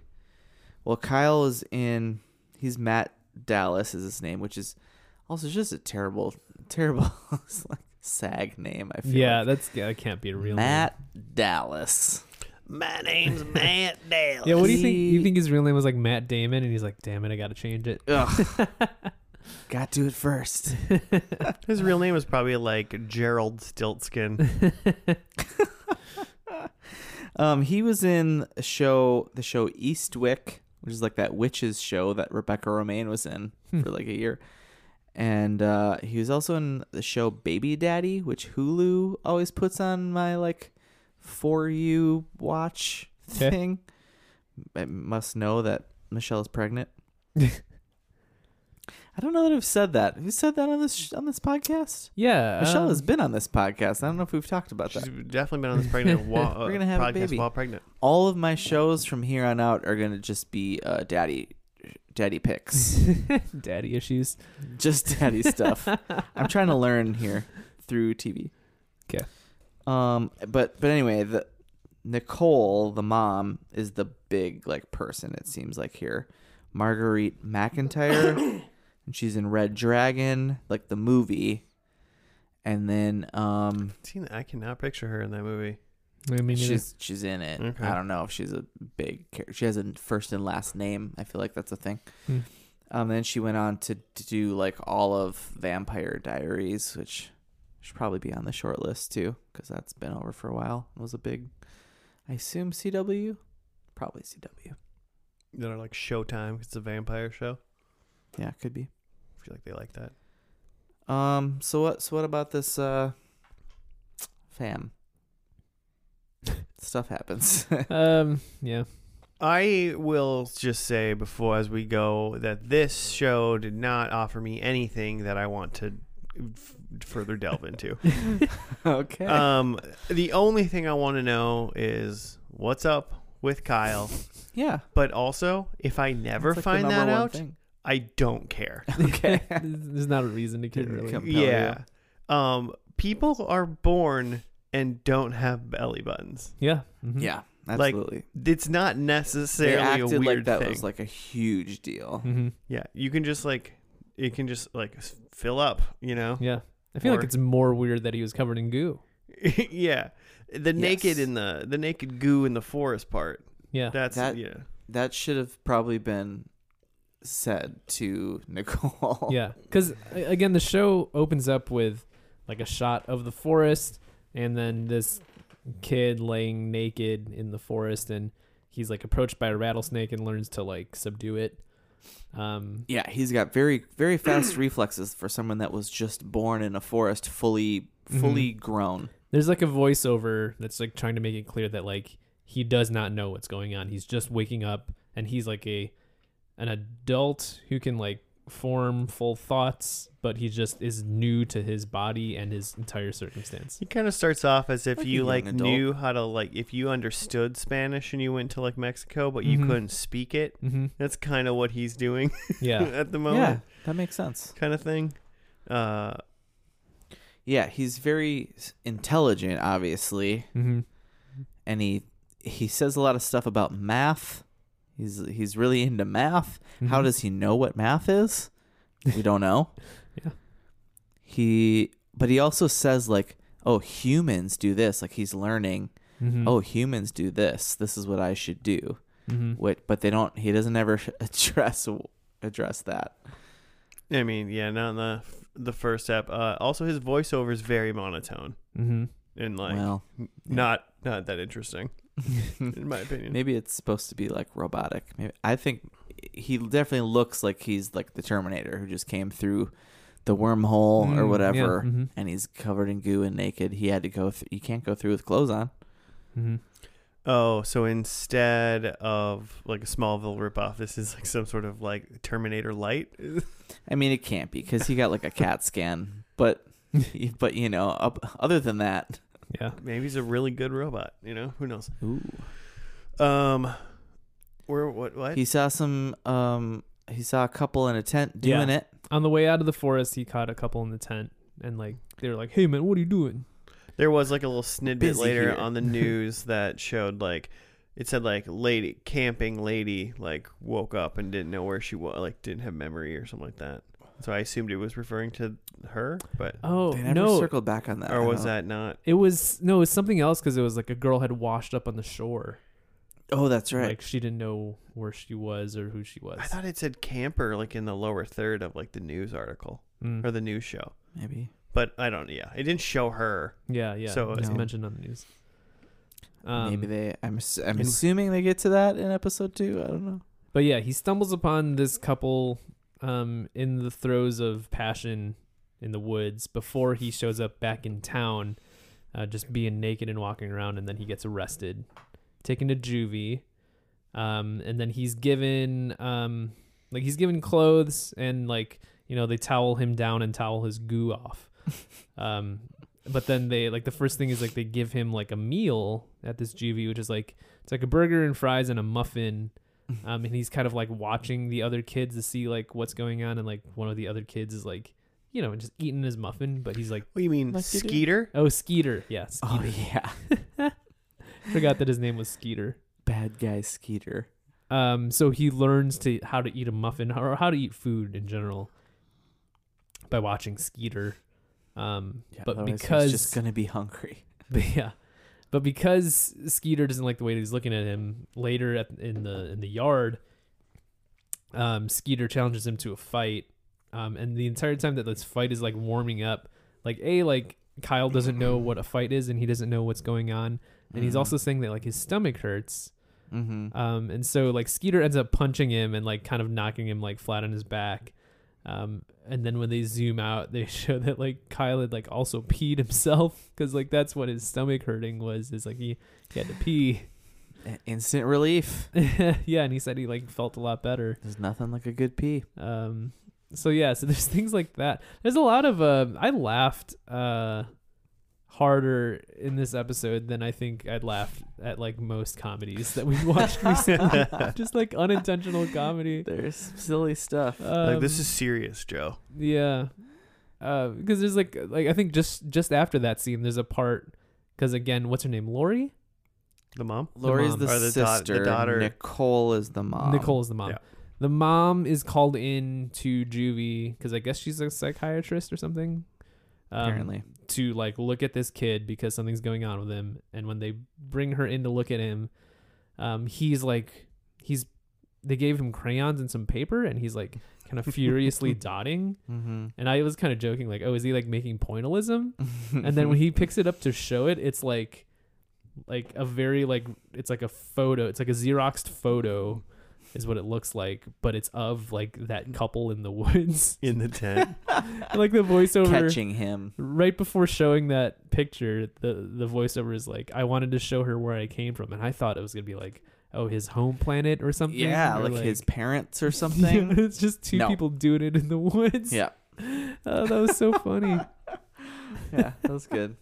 Speaker 3: well, Kyle is in. He's Matt Dallas is his name, which is also just a terrible, *laughs* terrible like sag name. I feel
Speaker 2: Yeah,
Speaker 3: like.
Speaker 2: that's yeah, that can't be a real
Speaker 3: Matt Dallas.
Speaker 1: My name's Matt
Speaker 3: *laughs*
Speaker 1: Dale.
Speaker 2: name. Yeah, what do you think? You
Speaker 3: He-
Speaker 2: think his real name was like Matt Damon, and he's like, "Damn it, I gotta change it." *laughs*
Speaker 3: Ugh. *laughs* Got to it first.
Speaker 1: His real name is probably like Gerald Stiltskin.
Speaker 3: Um, he was in a show, the show Eastwick, which is like that witches show that Rebecca Romaine was in for like a year. And uh, he was also in the show Baby Daddy, which Hulu always puts on my like for you watch
Speaker 2: Okay.
Speaker 3: thing. I must know that Michelle is pregnant. I don't know that I've said that. Who said that on this sh- on this podcast?
Speaker 2: Yeah,
Speaker 3: Michelle
Speaker 2: um,
Speaker 3: has been on this podcast. I don't know if we've talked *laughs* about
Speaker 1: She's
Speaker 3: that.
Speaker 1: definitely been on this pregnant
Speaker 3: *laughs*
Speaker 1: wa- uh,
Speaker 3: We're gonna have a
Speaker 1: podcast
Speaker 3: baby.
Speaker 1: while pregnant.
Speaker 3: All of my shows from here on out are gonna just be uh, daddy,
Speaker 2: *laughs*
Speaker 3: daddy picks,
Speaker 2: um, daddy
Speaker 3: *laughs*
Speaker 2: issues.
Speaker 3: just
Speaker 2: *laughs*
Speaker 3: daddy stuff. I'm trying to learn here through TV.
Speaker 2: 'Kay.
Speaker 3: Um, but but anyway, the Nicole, the mom, is the big like person. It seems like here, Marguerite McIntyre, and she's in Red Dragon, like the movie, and then um.
Speaker 1: Seen that? I cannot picture her in that movie.
Speaker 2: I mean,
Speaker 3: She's she's in it.
Speaker 1: Okay.
Speaker 3: I don't know if she's a big character. She has a first and last name. I feel like that's a thing.
Speaker 2: Hmm.
Speaker 3: Um, then she went on to, to do like all of Vampire Diaries, which should probably be on the short list too, because that's been over for a while. It was a big, I assume CW, probably CW.
Speaker 1: That are like Showtime. 'cause It's a vampire show.
Speaker 3: Yeah, it could be.
Speaker 1: I feel like they like that.
Speaker 3: Um, so what so what about this uh, fam? *laughs* Stuff happens. *laughs*
Speaker 2: um, yeah,
Speaker 1: I will just say before as we go that this show did not offer me anything that I want to f- further delve into.
Speaker 3: okay. *laughs*
Speaker 1: um, the only thing I want to know is what's up with Kyle,
Speaker 3: yeah.
Speaker 1: but also if I never
Speaker 3: That's, like, the
Speaker 1: find that
Speaker 3: number one
Speaker 1: out,
Speaker 3: thing.
Speaker 1: I don't care.
Speaker 3: *laughs* Okay.
Speaker 1: *laughs*
Speaker 2: there's not a reason to care.
Speaker 3: Didn't
Speaker 2: Really.
Speaker 3: come- Compel
Speaker 1: yeah. Um, people are born and don't have belly buttons.
Speaker 2: Yeah, mhm.
Speaker 3: Yeah, absolutely.
Speaker 1: It's not necessarily
Speaker 3: they acted
Speaker 1: a weird
Speaker 3: like that Mm-hmm.
Speaker 1: thing.
Speaker 3: was like a huge deal.
Speaker 2: Mhm.
Speaker 1: yeah, you can just like it can just like s- fill up, you know. *laughs*
Speaker 2: yeah. I feel
Speaker 1: Or-
Speaker 2: like it's more weird that he was covered in goo.
Speaker 1: yeah. The naked
Speaker 3: Yes.
Speaker 1: in the the naked goo in the forest part.
Speaker 2: Yeah,
Speaker 1: That's
Speaker 3: That-
Speaker 1: yeah.
Speaker 3: That should have probably been said to *laughs* Nicole.
Speaker 2: Yeah, because again, the show opens up with like a shot of the forest, and then this kid laying naked in the forest, and he's like approached by a rattlesnake and learns to like subdue it. Um,
Speaker 3: Yeah, he's got very very fast *clears throat* reflexes for someone that was just born in a forest fully fully grown.
Speaker 2: there's like a voiceover that's like trying to make it clear that like he does not know what's going on. He's just waking up, and he's like a an adult who can like form, full thoughts, but he just is new to his body and his entire
Speaker 3: *laughs*
Speaker 2: circumstance.
Speaker 1: He kind of starts off as if
Speaker 3: Like a
Speaker 1: you
Speaker 3: young
Speaker 1: like
Speaker 3: adult.
Speaker 1: knew how to like if you understood Spanish and you went to like Mexico, but you
Speaker 2: Mhm.
Speaker 1: couldn't speak it.
Speaker 2: hmm
Speaker 1: That's kind of what he's doing
Speaker 3: *laughs*
Speaker 1: *laughs*
Speaker 2: Yeah.
Speaker 1: at the moment,
Speaker 3: Yeah, uh, that makes sense.
Speaker 1: kind of thing. Uh,
Speaker 3: Yeah, he's very s- intelligent, obviously,
Speaker 2: hmm
Speaker 3: and he he says a lot of stuff about math. He's he's really into math.
Speaker 2: Mm-hmm.
Speaker 3: How does he know what math is? We don't know.
Speaker 2: Yeah.
Speaker 3: He but he also says like, "Oh, humans do this." Like he's learning,
Speaker 2: Mm-hmm. Mm.
Speaker 3: "Oh, humans do this. This is what I should do."
Speaker 2: Mm-hmm.
Speaker 3: What but they don't he doesn't ever *laughs* address address that.
Speaker 1: I mean, yeah, not in the the first step. Uh, also, his voiceover is very monotone
Speaker 2: hmm
Speaker 1: and like
Speaker 3: well, *laughs*
Speaker 1: not not that interesting, in my opinion.
Speaker 3: Maybe it's supposed to be like robotic. Maybe I think he definitely looks like he's like the Terminator who just came through the wormhole
Speaker 2: Mm-hmm. Mm,
Speaker 3: or whatever, and he's covered in goo and naked. He had to go. Th- you can't go through with clothes on.
Speaker 2: hmm
Speaker 1: Oh, so instead of like a Smallville ripoff, this is like some sort of like Terminator light. *laughs*
Speaker 3: I mean, it can't be because he got like a CAT scan, but *laughs* but you know, up, other than that,
Speaker 2: Yeah.
Speaker 1: Maybe he's a really good robot. You know, who knows?
Speaker 3: ooh,
Speaker 1: Um, where what what?
Speaker 3: he saw some. Um, he saw a couple in a tent doing
Speaker 2: Yeah.
Speaker 3: it.
Speaker 2: On the way out of the forest, he caught a couple in the tent, and like they were like, "Hey man, what are you doing?"
Speaker 1: There was like a little snidbit
Speaker 3: Busy
Speaker 1: later
Speaker 3: here.
Speaker 1: on
Speaker 3: *laughs*
Speaker 1: the news that showed like it said like lady camping lady like woke up and didn't know where she was like didn't have memory or something like that. So I assumed it was referring to her, but
Speaker 2: Oh
Speaker 3: they never
Speaker 2: no,
Speaker 3: circled back on that.
Speaker 1: or
Speaker 3: I
Speaker 1: was
Speaker 3: don't-
Speaker 1: that not?
Speaker 2: it was no, it was something else because it was like a girl had washed up on the shore,
Speaker 3: Oh, that's right.
Speaker 2: like she didn't know where she was or who she was.
Speaker 1: I thought it said camper like in the lower third of like the news article
Speaker 2: Mm.
Speaker 1: or the news show.
Speaker 3: Maybe.
Speaker 1: But I don't yeah, it didn't show her.
Speaker 2: Yeah, yeah.
Speaker 1: So,
Speaker 2: So it's
Speaker 3: No.
Speaker 2: mentioned on the news. Um,
Speaker 3: Maybe they. I'm. ass- I'm
Speaker 1: and-
Speaker 3: assuming they get to that in episode two. I don't know.
Speaker 2: But yeah, he stumbles upon this couple um, in the throes of passion in the woods before he shows up back in town, uh, just being naked and walking around, and then he gets arrested, taken to juvie, um, and then he's given um, like he's given clothes and like you know they towel him down and towel his goo off. um, but then they like the first thing is like they give him like a meal at this juvie, which is like it's like a burger and fries and a muffin um, and he's kind of like watching the other kids to see like what's going on, and like one of the other kids is like, you know, just eating his muffin, but he's like,
Speaker 1: What do you mean
Speaker 3: Like you do.
Speaker 1: Skeeter?
Speaker 2: oh, Skeeter, yeah, Skeeter.
Speaker 3: *laughs* Oh yeah,
Speaker 2: Forgot that his name was Skeeter.
Speaker 3: bad guy Skeeter.
Speaker 2: Um, so he learns to how to eat a muffin or how to eat food in general by watching Skeeter. Um,
Speaker 3: Yeah,
Speaker 2: but
Speaker 3: otherwise he's
Speaker 2: because
Speaker 3: just gonna be hungry.
Speaker 2: *laughs* But yeah, but because Skeeter doesn't like the way that he's looking at him later at, in the in the yard, um, Skeeter challenges him to a fight, um, and the entire time that this fight is like warming up, like a like Kyle doesn't know what a fight is and he doesn't know what's going on, and he's also saying that like his stomach hurts,
Speaker 3: Mm-hmm.
Speaker 2: um, and so like Skeeter ends up punching him and like kind of knocking him like flat on his back. Um, and then when they zoom out, they *laughs* show that like Kyle had like also peed himself because like that's what his stomach hurting was is like he, he had to pee. *laughs*
Speaker 3: Instant relief.
Speaker 2: yeah, and he said he like felt a lot better.
Speaker 3: There's nothing like a
Speaker 2: *laughs*
Speaker 3: good pee. *laughs*
Speaker 2: Um, so yeah, so *laughs* there's things like that. There's a lot of uh, I laughed uh harder in this episode than I think I'd laughed at like most comedies that we've watched recently. Just like unintentional comedy.
Speaker 3: There's silly stuff.
Speaker 1: like
Speaker 2: Um,
Speaker 1: this is serious, Joe.
Speaker 2: Yeah, because there's like like I think just just after that scene, there's a part because again, what's her name? Lori.
Speaker 1: The mom?
Speaker 3: Lori's
Speaker 2: mom.
Speaker 3: the,
Speaker 1: Or the da- the
Speaker 3: sister.
Speaker 1: daughter.
Speaker 3: Nicole is the mom.
Speaker 2: Nicole is the mom.
Speaker 1: yeah.
Speaker 2: The mom is called in to juvie because I guess she's a psychiatrist or something. um,
Speaker 3: apparently.
Speaker 2: to like look at this kid because something's going on with him and when they bring her in to look at him um he's like he's they gave him crayons and some paper and he's like
Speaker 3: *laughs*
Speaker 2: kind of furiously dotting
Speaker 3: Mm-hmm.
Speaker 2: and i was kind of joking like oh is he like making pointillism
Speaker 1: Mm-hmm.
Speaker 2: and then when
Speaker 3: *laughs*
Speaker 2: he picks it up to show it it's like like a very like it's like a photo it's like a xeroxed photo is what it looks like, but it's of like that couple in the *laughs* woods.
Speaker 1: in the tent.
Speaker 2: like the voiceover
Speaker 3: Catching him.
Speaker 2: right before showing that picture, the the voiceover is like, I wanted to show her where I came from, and I thought it was gonna be like, oh, his home planet or something.
Speaker 3: Yeah,
Speaker 2: or *laughs*
Speaker 3: like, his parents or something.
Speaker 2: it's just two
Speaker 3: No.
Speaker 2: people doing it in the woods.
Speaker 3: yeah.
Speaker 2: oh, that was so
Speaker 3: *laughs*
Speaker 2: funny.
Speaker 3: Yeah, that was good.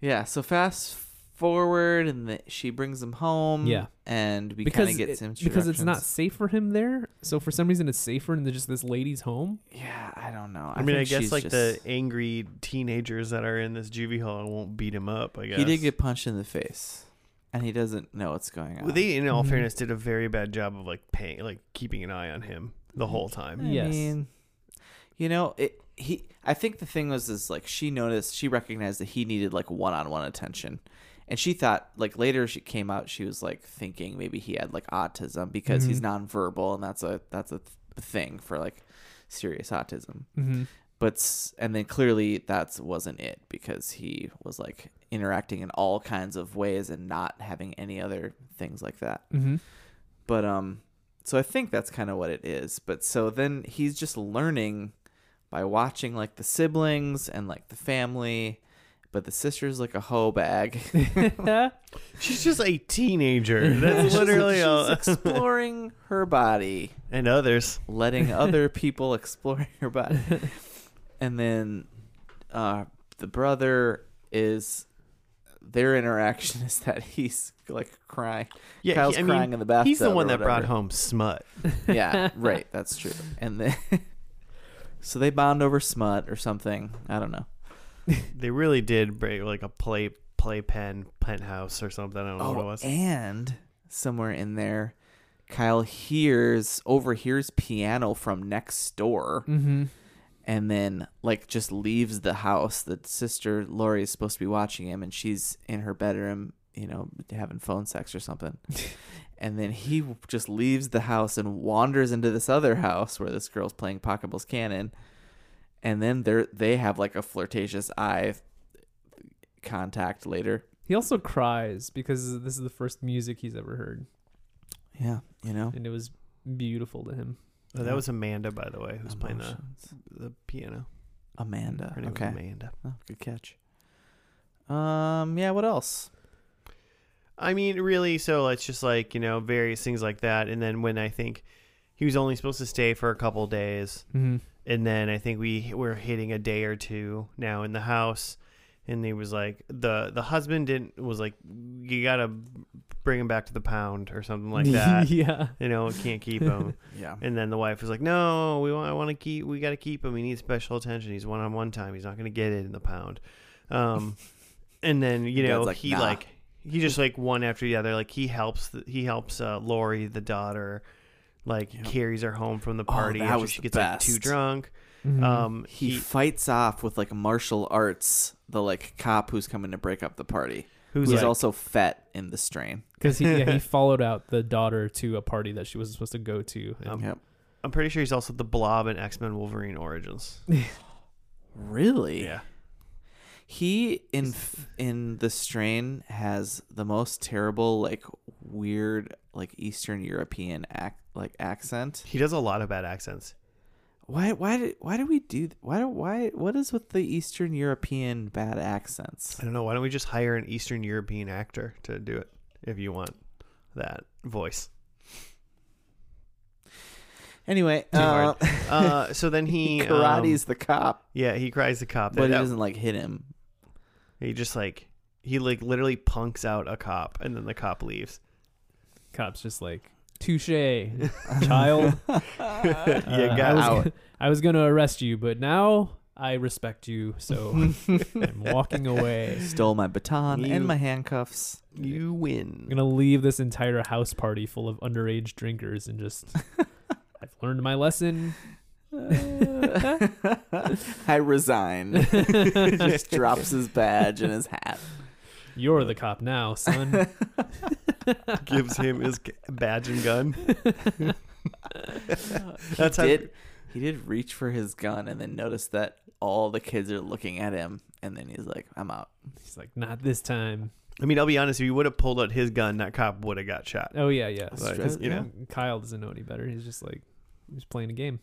Speaker 3: Yeah, so fast forward and the, she brings him home.
Speaker 2: Yeah.
Speaker 3: And we kind
Speaker 2: because
Speaker 3: of get
Speaker 2: it-
Speaker 3: some
Speaker 2: because it's not
Speaker 3: instructions.
Speaker 2: safe for him there. So for some reason, it's safer in the, just this lady's home.
Speaker 3: Yeah, I don't know.
Speaker 1: I mean, I
Speaker 3: think
Speaker 1: guess
Speaker 3: she's
Speaker 1: like
Speaker 3: just-
Speaker 1: the angry teenagers that are in this juvie hall won't beat him up. I guess
Speaker 3: He did get punched in the face, and he doesn't know what's going on.
Speaker 1: Well, they, in all
Speaker 3: Mm-hmm.
Speaker 2: Mhm.
Speaker 1: fairness, did a very bad job of like paying, like keeping an eye on him
Speaker 3: Mm-hmm.
Speaker 1: the whole
Speaker 3: I
Speaker 1: time.
Speaker 2: Yes.
Speaker 3: mean, you know, it. He. I think the thing was is like she noticed, she recognized that he needed like one on one attention, and she thought like later she came out, she was like thinking maybe he had like autism because he's nonverbal, and that's a that's a th- thing for like serious autism.
Speaker 2: Mm-hmm.
Speaker 3: but s- and then clearly that wasn't it because he was like interacting in all kinds of ways and not having any other things like that
Speaker 2: Mm-hmm. *laughs*
Speaker 3: but um so i think that's kind of what it is but so then he's just learning by watching like the siblings and like the family but the sister's like a hoe
Speaker 1: *laughs*
Speaker 3: bag *laughs*
Speaker 1: She's just a teenager. That's
Speaker 3: She's-
Speaker 1: literally
Speaker 3: she's
Speaker 1: all. *laughs*
Speaker 3: exploring her body
Speaker 1: and others.
Speaker 3: letting
Speaker 1: *laughs*
Speaker 3: other people explore your body. And then uh, the brother is their interaction *laughs* is that he's like crying.
Speaker 1: Yeah,
Speaker 3: Kyle's
Speaker 1: he- I
Speaker 3: crying
Speaker 1: mean,
Speaker 3: in the bathtub.
Speaker 1: he's the
Speaker 3: or
Speaker 1: one that brought
Speaker 3: whatever.
Speaker 1: home smut.
Speaker 3: yeah, right. That's true. And then *laughs* so they bond over smut or something. I don't know.
Speaker 1: They really did break like a play playpen penthouse or something. I don't know what it was.
Speaker 3: Oh, and somewhere in there, Kyle hears overhears piano from next door.
Speaker 2: mm-hmm.
Speaker 3: and then like just leaves the house. The sister Lori is supposed to be watching him, and she's in her bedroom, you know, having phone sex or *laughs* something. and then he just leaves the house and wanders into this other house where this girl's playing Pocketable's Cannon, and then they are they have like a flirtatious eye contact later.
Speaker 2: He also cries because this is the first music he's ever heard,
Speaker 3: Yeah, you know.
Speaker 2: and it was beautiful to him.
Speaker 1: Oh, that was Amanda, by the way, who's playing the,
Speaker 3: Emotions.
Speaker 1: the piano.
Speaker 3: Amanda.
Speaker 1: Her name was
Speaker 3: Okay,
Speaker 1: Amanda.
Speaker 3: oh, good catch. Um, yeah. What else?
Speaker 1: I mean, really, so it's just like, you know, various things like that. And then when I think he was only supposed to stay for a couple days,
Speaker 2: Mm-hmm.
Speaker 1: and then I think we were hitting a day or two now in the house, and he was like the the husband didn't was like you gotta bring him back to the pound or something
Speaker 2: *laughs*
Speaker 1: like that.
Speaker 2: yeah.
Speaker 1: you know, can't keep him.
Speaker 3: Yeah.
Speaker 1: And then the wife was like, no, we want I want to keep we gotta keep him. He needs special attention. He's one on one time. He's not gonna get it in the pound.
Speaker 3: *laughs*
Speaker 1: Um, and then you
Speaker 3: Dad's
Speaker 1: know
Speaker 3: like,
Speaker 1: he
Speaker 3: "Nah."
Speaker 1: like he just like one after the other. Like he helps th- he helps uh, Lori the daughter. Like
Speaker 3: Yep.
Speaker 1: carries her home from the
Speaker 3: Oh,
Speaker 1: party
Speaker 3: that
Speaker 1: after
Speaker 3: was
Speaker 1: she
Speaker 3: the
Speaker 1: gets like too
Speaker 3: best.
Speaker 1: drunk.
Speaker 2: Mhm.
Speaker 1: Um,
Speaker 3: he, fights off with like martial arts the like cop who's coming to break up the party
Speaker 1: who's
Speaker 3: who's
Speaker 1: like,
Speaker 3: also fat in the strain
Speaker 2: Because he
Speaker 1: *laughs*
Speaker 2: yeah, he followed out the daughter to a party that she wasn't supposed to go to. and-
Speaker 1: Um,
Speaker 3: yep
Speaker 1: I'm pretty sure he's also the Blob in X Men Wolverine Origins.
Speaker 3: really
Speaker 1: Yeah,
Speaker 3: he in f- in the strain has the most terrible like weird like eastern european ac- like accent
Speaker 1: he does a lot of bad accents.
Speaker 3: why why did why do we do th- why do why what is with the eastern european bad accents
Speaker 1: I don't know. Why don't we just hire an Eastern European actor to do it if you want that voice?
Speaker 3: anyway
Speaker 1: Too
Speaker 3: uh, *laughs*
Speaker 1: hard. Uh, so then he um,
Speaker 3: karate's the cop
Speaker 1: yeah, he cries the cop.
Speaker 3: but he
Speaker 1: that-
Speaker 3: doesn't like hit him
Speaker 1: he just like he like literally punks out a cop, and then the cop leaves.
Speaker 2: Cop's just like,
Speaker 1: *laughs*
Speaker 2: touche,
Speaker 3: *laughs*
Speaker 2: child.
Speaker 1: you
Speaker 2: Uh, I
Speaker 1: got
Speaker 2: was,
Speaker 1: out.
Speaker 2: I was gonna arrest you, but now I respect you, so
Speaker 1: *laughs*
Speaker 2: I'm walking away.
Speaker 3: stole my baton
Speaker 1: You-
Speaker 3: and my handcuffs.
Speaker 1: You
Speaker 2: *laughs* I'm
Speaker 1: win.
Speaker 2: gonna leave this entire house party full of underage drinkers
Speaker 1: *laughs*
Speaker 2: and just. I've learned my lesson.
Speaker 3: *laughs* I *laughs* resign. He just drops his badge and his *laughs* hat.
Speaker 2: You're the cop
Speaker 1: *laughs*
Speaker 2: now, son.
Speaker 1: *laughs* Gives him his g- badge and gun. That's how.
Speaker 3: Did he did reach for his gun and then noticed that all the kids are looking at him and then he's like, I'm out.
Speaker 2: He's like, not this time.
Speaker 1: I mean, I'll be honest. If you would have pulled out his gun, that cop would have got shot.
Speaker 2: Oh yeah, yeah.
Speaker 1: Like,
Speaker 3: Stress-
Speaker 1: you know?
Speaker 2: Kyle doesn't know any better. He's just like he's playing a game.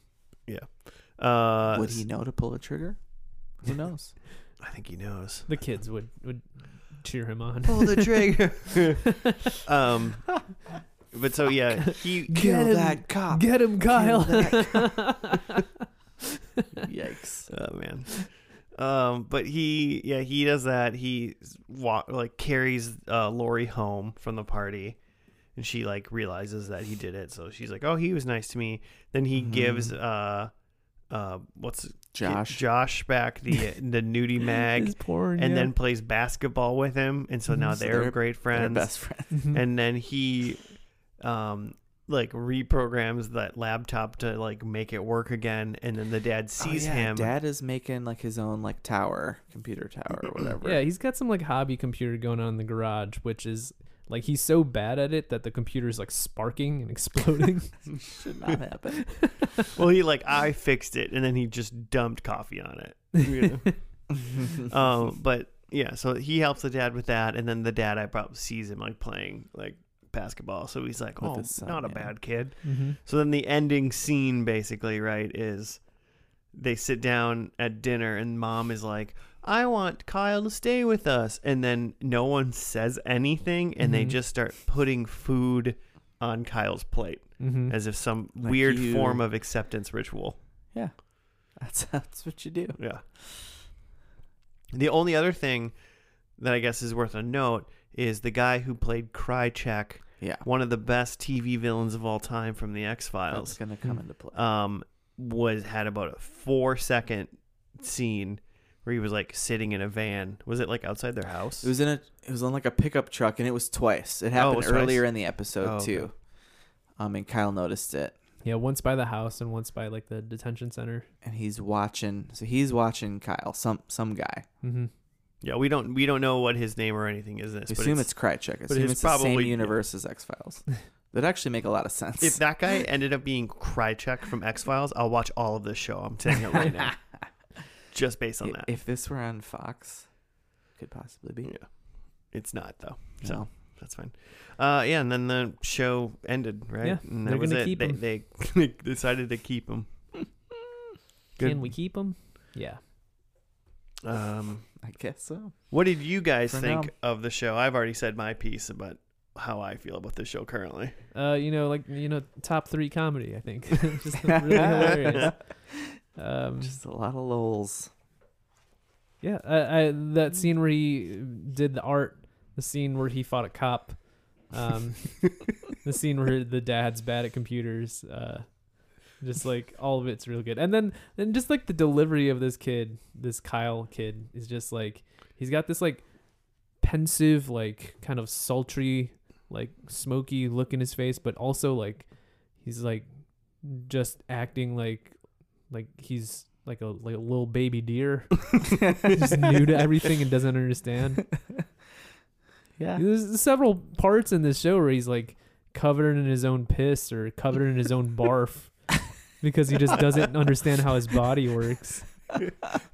Speaker 1: Uh,
Speaker 3: Would he know to pull a trigger? Who *laughs* knows?
Speaker 1: I think he knows.
Speaker 2: The kids would would cheer him on.
Speaker 1: Pull the trigger. *laughs* um, but so yeah, he
Speaker 2: Get him.
Speaker 3: cop.
Speaker 2: Get him, Kyle. *laughs*
Speaker 3: *laughs* Yikes.
Speaker 1: Oh man. Um, but he, yeah, he does that. He wa- like carries uh, Lori home from the party, and she like realizes that he did it. So she's like, "Oh, he was nice to me." Then he
Speaker 3: Mhm.
Speaker 1: gives uh, uh, what's
Speaker 3: Josh.
Speaker 1: Josh back the
Speaker 3: *laughs*
Speaker 1: the nudie mag,
Speaker 2: He's pouring,
Speaker 1: and
Speaker 2: yeah.
Speaker 1: then plays basketball with him, and so now
Speaker 3: So
Speaker 1: they're,
Speaker 3: they're-
Speaker 1: great
Speaker 3: Their
Speaker 1: friends.
Speaker 3: best friend.
Speaker 2: *laughs* Mhm.
Speaker 1: And then he, um. Like reprograms that laptop to like make it work again, and then the dad sees
Speaker 3: oh, yeah,
Speaker 1: him.
Speaker 3: Dad is making like his own like tower, computer tower or whatever.
Speaker 2: yeah, he's got some like hobby computer going on in the garage, which is like he's so bad at it that the computer is like sparking and *laughs* exploding.
Speaker 1: *laughs*
Speaker 3: should not happen.
Speaker 1: Well, he like I fixed it, and then he just dumped coffee on it.
Speaker 2: *laughs*
Speaker 1: you know? um, but yeah, so he helps the dad with that, and then the dad I probably sees him like playing like basketball, so he's like,
Speaker 3: With
Speaker 1: oh,
Speaker 3: his son,
Speaker 1: not a
Speaker 3: yeah.
Speaker 1: bad kid.
Speaker 2: mm-hmm.
Speaker 1: So then the ending scene basically right is they sit down at dinner, and mom is like. I want Kyle to stay with us. And then no one says anything, and
Speaker 3: Mm-hmm.
Speaker 1: they
Speaker 2: Mhm.
Speaker 1: just start putting food on Kyle's plate
Speaker 2: Mm-hmm.
Speaker 1: as if some
Speaker 3: Like
Speaker 1: weird
Speaker 3: you-
Speaker 1: form of acceptance ritual.
Speaker 3: That's that's what you do.
Speaker 1: Yeah. The only other thing that I guess is worth a note is the guy who played Krychek,
Speaker 3: Yeah.
Speaker 1: one of the best TV villains of all time from the X
Speaker 3: That's
Speaker 1: Files,
Speaker 3: gonna come into play.
Speaker 1: um, was had about a four second scene where he was like sitting in a van. Was it like outside their house?
Speaker 3: It was in a it was on like a pickup truck and it was twice. It happened
Speaker 1: was
Speaker 3: earlier
Speaker 1: twice?
Speaker 3: in the episode
Speaker 1: Oh, okay.
Speaker 3: too. Um and Kyle noticed it
Speaker 2: Yeah, once by the house and once by like the detention center.
Speaker 3: and he's watching so he's watching Kyle, some some guy.
Speaker 2: Mm-hmm.
Speaker 1: yeah, we don't we don't know what his name or anything is in this.
Speaker 3: I
Speaker 1: but
Speaker 3: assume
Speaker 1: it's-
Speaker 3: it's Krychek. I
Speaker 1: but
Speaker 3: assume
Speaker 1: it's
Speaker 3: it's, the same
Speaker 1: probably-
Speaker 3: universe as X Files. That'd actually make a lot of sense.
Speaker 1: if that guy ended up being Krychek from X Files, I'll watch all of this show. I'm saying it
Speaker 3: *laughs*
Speaker 1: right now, just based on
Speaker 3: I-
Speaker 1: that.
Speaker 3: *laughs* If this were on Fox, could possibly be.
Speaker 1: Yeah. It's not though. So.
Speaker 3: So
Speaker 1: that's fine. Uh, yeah, and then the show ended, right?
Speaker 2: Yeah,
Speaker 1: and
Speaker 2: they're gonna keep
Speaker 1: they,
Speaker 2: 'em.
Speaker 1: they *laughs* they decided to keep him. Good.
Speaker 2: Can we keep him? Yeah.
Speaker 1: Um,
Speaker 3: I guess so.
Speaker 1: what did you guys
Speaker 3: For
Speaker 1: think of the show? I've already said my piece about how I feel about the show currently. *laughs*
Speaker 2: Uh, you know, like you know, top three comedy. I think *laughs*
Speaker 1: *laughs*
Speaker 2: just really hilarious. Um,
Speaker 3: *laughs* Just a lot of lols.
Speaker 2: yeah, I, I, that scene where he did the art, the scene where he fought a cop, um, the scene where the dad's bad at computers. Uh, just like all of it's real good, and then and just like the delivery of this kid, this Kyle kid, is just like he's got this like pensive, like kind of sultry, like smoky look in his face, but also like he's like just acting like like he's like a like a little baby deer *laughs* just new to everything and doesn't understand.
Speaker 3: Yeah.
Speaker 2: There's several parts in this show where he's like covered in his own piss or covered in his own barf because he just doesn't understand how his body works.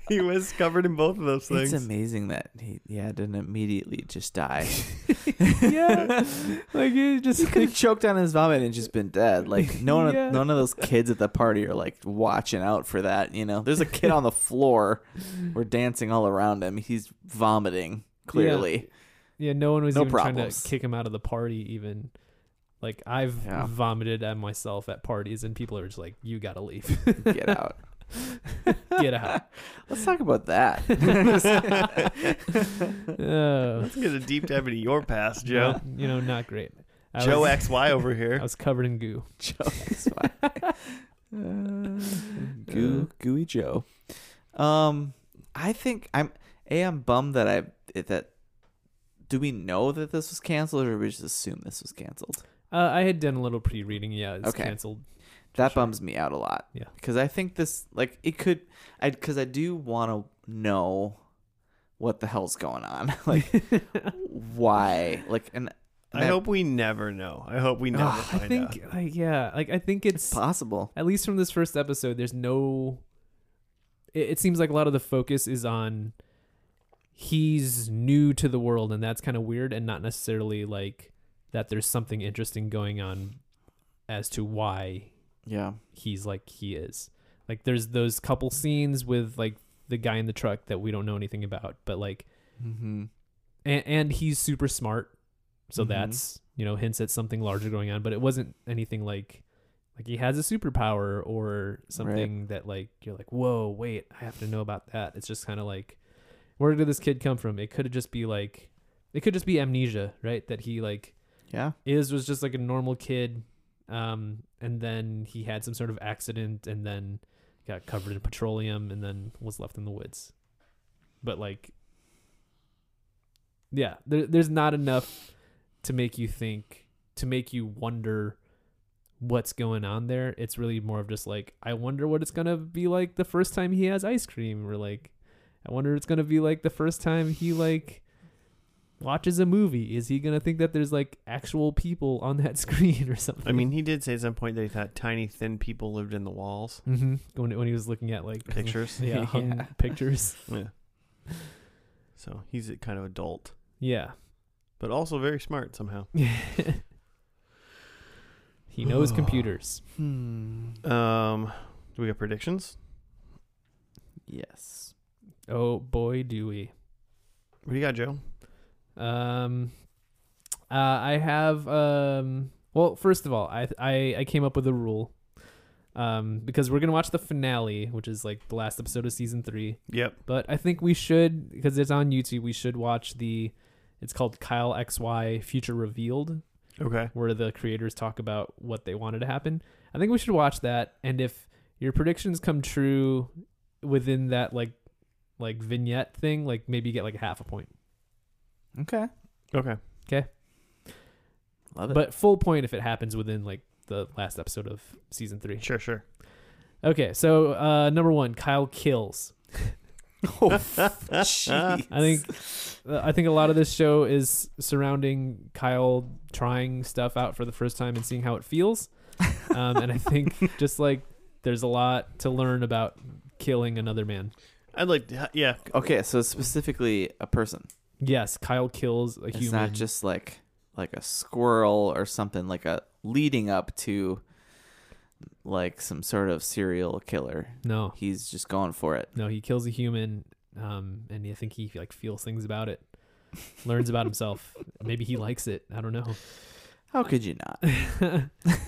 Speaker 1: He was covered in both of those things.
Speaker 3: It's amazing that he yeah didn't immediately just *laughs* die.
Speaker 2: Yeah, *laughs* like he just
Speaker 3: he *laughs* could have choked on his vomit and just been dead. Like no one,
Speaker 2: Yeah.
Speaker 3: none of those kids at the party are like watching out for that. You know, there's a kid on the *laughs* floor. We're dancing all around him. He's vomiting clearly.
Speaker 2: yeah. No one was
Speaker 3: No
Speaker 2: even trying
Speaker 3: problems.
Speaker 2: to kick him out of the party even. Like I've
Speaker 3: Yeah.
Speaker 2: vomited at myself at parties and people are just like, "You gotta leave,
Speaker 3: Get out. *laughs*
Speaker 2: get out." *laughs* Uh,
Speaker 3: Let's talk about that. *laughs*
Speaker 2: Oh.
Speaker 1: Let's get a deep dive into your
Speaker 2: *laughs*
Speaker 1: past, Joe.
Speaker 2: Not- you know, not great. I
Speaker 1: Joe
Speaker 2: was, *laughs*
Speaker 1: XY over
Speaker 2: I
Speaker 1: here.
Speaker 2: was covered in goo.
Speaker 3: Joe X Y. Goo Gooey Joe. Um, I think I'm. A, I'm bummed that I that. Do we know that this was canceled, or we just assume this was canceled?
Speaker 2: Uh, I had done a little pre-reading. Yeah, it's
Speaker 3: Okay.
Speaker 2: canceled.
Speaker 3: That
Speaker 2: Sure.
Speaker 3: bums me out a lot.
Speaker 2: Yeah.
Speaker 3: Because I think this, like, it could, I because I do want to know what the hell's going on, *laughs* like, why, like, and
Speaker 1: I hope we never know. I hope we never
Speaker 3: Ugh,
Speaker 1: find
Speaker 2: *sighs* I think,
Speaker 1: out.
Speaker 2: like, yeah, like I think it's
Speaker 3: possible.
Speaker 2: at least from this first episode. There's no. It, it seems like a lot of the focus is on he's new to the world and that's kind of weird and not necessarily like that there's something interesting going on as to why
Speaker 3: Yeah.
Speaker 2: he's like he is. Like there's those couple scenes with like the guy in the truck that we don't know anything about, but like
Speaker 3: Mm-hmm.
Speaker 2: and, and he's super smart. So
Speaker 3: Mhm.
Speaker 2: that's, you know, hints at something larger going on, but it wasn't anything like like he has a superpower or something that like you're like, "Whoa, wait, I have to know about that." It's just kind of like where did this kid come from? It could just be like it could just be amnesia, right? That he like
Speaker 3: Yeah.
Speaker 2: is was just like a normal kid um and then he had some sort of accident and then got covered in petroleum and then was left in the woods but like yeah there, there's not enough to make you think to make you wonder what's going on there it's really more of just like i wonder what it's gonna be like the first time he has ice cream or like i wonder what it's gonna be like the first time he like watches a movie is he gonna think that there's like actual people on that *laughs* screen or something
Speaker 1: I mean, he did say at some point that he thought tiny, thin people lived in the
Speaker 2: *laughs*
Speaker 1: walls.
Speaker 2: hmm when, when he was looking at like
Speaker 1: Pictures.
Speaker 2: *laughs* yeah, hung
Speaker 3: Yeah.
Speaker 2: pictures
Speaker 1: yeah. So he's a kind of adult,
Speaker 2: yeah *laughs*
Speaker 1: but also very smart somehow.
Speaker 2: he knows computers
Speaker 3: Hmm.
Speaker 1: Um, do we have predictions?
Speaker 3: Yes.
Speaker 2: oh boy do we
Speaker 1: What do you got, Joe?
Speaker 2: um uh, i have um well first of all I, I i came up with a rule um because we're gonna watch the finale which is like the last episode of season three
Speaker 1: Yep.
Speaker 2: but I think we should because it's on YouTube. We should watch the. It's called Kyle XY Future Revealed,
Speaker 1: Okay.
Speaker 2: where the creators talk about what they wanted to happen. I think we should watch that, and if your predictions come true within that like like vignette thing, like maybe you get like half a point,
Speaker 3: Okay.
Speaker 1: Okay.
Speaker 3: Love it.
Speaker 2: but full point if it happens within like the last episode of season three.
Speaker 1: Sure. Sure.
Speaker 2: Okay, so uh, number one, Kyle kills.
Speaker 3: *laughs* oh, jeez.
Speaker 2: I think uh, I think a lot of this show is surrounding Kyle trying stuff out for the first time and seeing how it feels. Um, and I think just like there's a lot to learn about killing another man.
Speaker 1: I'd like. To, yeah.
Speaker 3: *laughs* Okay, so specifically a person.
Speaker 2: Yes, Kyle kills a
Speaker 3: It's
Speaker 2: human.
Speaker 3: not just like like a squirrel or something like a leading up to like some sort of serial killer.
Speaker 2: no,
Speaker 3: He's just going for it.
Speaker 2: no, he kills a human, um, and I think he like feels things about it, learns about himself. *laughs* Maybe he likes it. I don't know.
Speaker 3: How could you not?
Speaker 2: *laughs*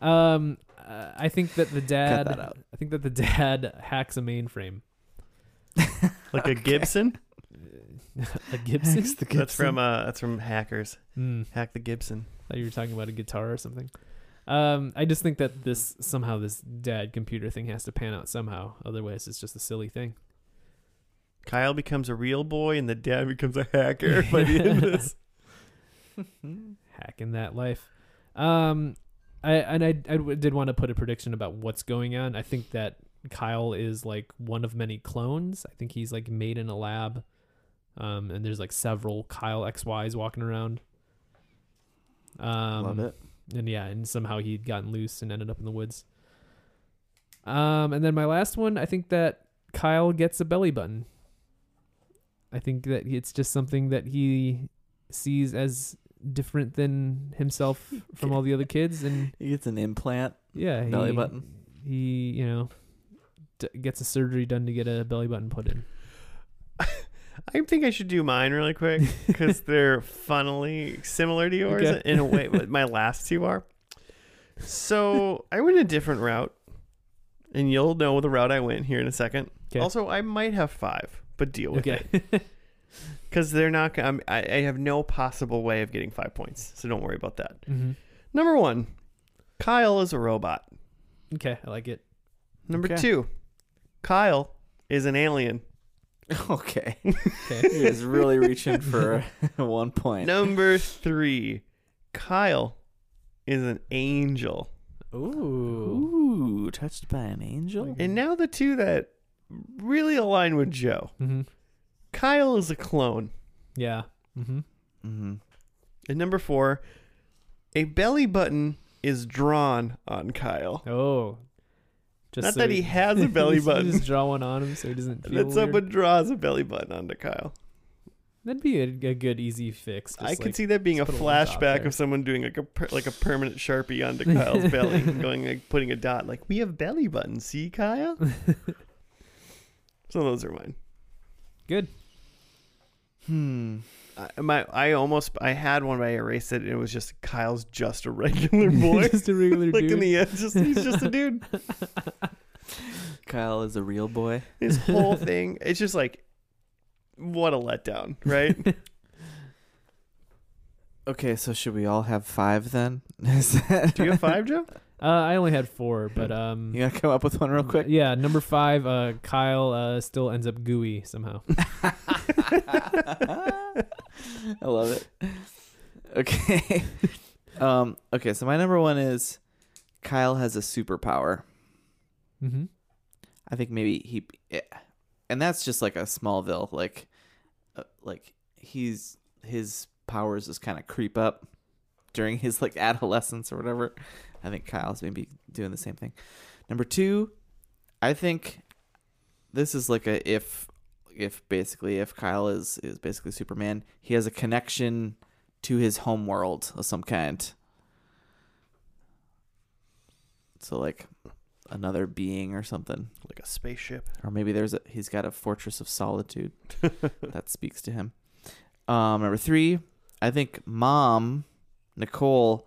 Speaker 2: um, uh, I think that the dad.
Speaker 3: that out.
Speaker 2: I think that the dad hacks a mainframe. *laughs*
Speaker 1: Like a *laughs* Gibson.
Speaker 2: a Gibson.
Speaker 1: That's from. Uh, that's from Hackers.
Speaker 2: Mm.
Speaker 1: Hack the Gibson.
Speaker 2: thought you were talking about a guitar or something. Um, I just think that this somehow this dad computer thing has to pan out somehow. Otherwise, it's just a silly thing.
Speaker 1: Kyle becomes a real boy, and the dad becomes a hacker by
Speaker 2: *laughs*
Speaker 1: the end of *laughs* this.
Speaker 2: Hacking that life. Um, I and I, I w- did want to put a prediction about what's going on. I think that Kyle is like one of many clones. I think he's like made in a lab. Um, and there's like several Kyle XYs walking around. Um,
Speaker 3: Love it.
Speaker 2: and yeah, and somehow he'd gotten loose and ended up in the woods. Um, and then my last one, I think that Kyle gets a belly button. I think that it's just something that he sees as different than himself from all the other kids,
Speaker 3: *laughs*
Speaker 2: and
Speaker 3: He gets an implant.
Speaker 2: yeah, he,
Speaker 3: Belly button. *laughs*
Speaker 2: He, you know, d- gets a surgery done to get a belly button
Speaker 1: *laughs*
Speaker 2: put in.
Speaker 1: I think I should do mine really quick because they're funnily similar to yours
Speaker 2: Okay.
Speaker 1: in a way, but my last two are. So I went a different route, and you'll know the route I went here in a second.
Speaker 2: 'Kay.
Speaker 1: Also, I might have five, but deal with
Speaker 2: *laughs*
Speaker 3: *laughs*
Speaker 2: Okay,
Speaker 1: it because they're not. gonna- I'm, I, I have no possible way of getting five points, so don't worry about that.
Speaker 2: hmm
Speaker 1: Number one, Kyle is a robot.
Speaker 2: okay, I like it.
Speaker 1: Number
Speaker 3: Okay.
Speaker 1: two, Kyle is an alien.
Speaker 3: Okay.
Speaker 2: Okay,
Speaker 3: He was really reaching for *laughs* one point.
Speaker 1: Number three, Kyle is an angel.
Speaker 2: ooh,
Speaker 3: Ooh, touched by an angel.
Speaker 2: Mm-hmm.
Speaker 1: And now the two that really align with Joe.
Speaker 2: hmm
Speaker 1: Kyle is a clone.
Speaker 2: yeah, hmm
Speaker 3: Mm-hmm.
Speaker 1: And number four, a belly button is drawn on Kyle.
Speaker 2: oh, Just
Speaker 1: Not
Speaker 2: so
Speaker 1: that he
Speaker 2: *laughs*
Speaker 1: has a belly
Speaker 2: just-
Speaker 1: button.
Speaker 2: Just draw one on him so he doesn't feel
Speaker 1: That
Speaker 2: weird.
Speaker 1: someone draws a belly button onto Kyle.
Speaker 2: That'd be a, a good easy fix.
Speaker 1: I
Speaker 2: just
Speaker 1: could
Speaker 2: like-
Speaker 1: see that being a
Speaker 2: just put a little dot
Speaker 1: flashback
Speaker 2: there.
Speaker 1: of someone doing like a per, like a
Speaker 2: *laughs*
Speaker 1: permanent sharpie onto Kyle's belly, and going like putting a dot. Like we have belly buttons, see
Speaker 2: *laughs*
Speaker 1: Kyle. so those are mine.
Speaker 2: Good.
Speaker 3: Hmm.
Speaker 1: I, my I almost I had one, but I erased it. And it was just Kyle's just a
Speaker 2: *laughs*
Speaker 1: regular boy.
Speaker 2: just
Speaker 1: *laughs*
Speaker 2: a regular
Speaker 1: like
Speaker 2: dude.
Speaker 1: in the end, just he's just a dude.
Speaker 3: Kyle is a real boy.
Speaker 1: His whole thing. It's just like what a letdown, right?
Speaker 3: Okay, so should we all have five then? Is that-
Speaker 1: Do you have five, Joe?
Speaker 2: uh, I only had four, but um,
Speaker 3: You gotta come up with one real quick.
Speaker 2: Yeah, number five. Uh, Kyle uh, still ends up gooey
Speaker 1: *laughs*
Speaker 2: somehow.
Speaker 3: *laughs* I love it. Okay. *laughs* um, okay, so my number one is Kyle has a superpower.
Speaker 2: Mm-hmm.
Speaker 3: I think maybe he, yeah. and that's just like a Smallville, like, uh, like he's his powers just kind of creep up during his like *laughs* adolescence or whatever. I think Kyle's maybe doing the same thing. Number two, I think this is like a if if basically if Kyle is is basically Superman, he has a connection to his home world of some kind. So like another being or something
Speaker 1: Like a spaceship.
Speaker 3: or maybe there's a he's got a fortress of solitude that speaks to him. Um, number three, I think mom Nicole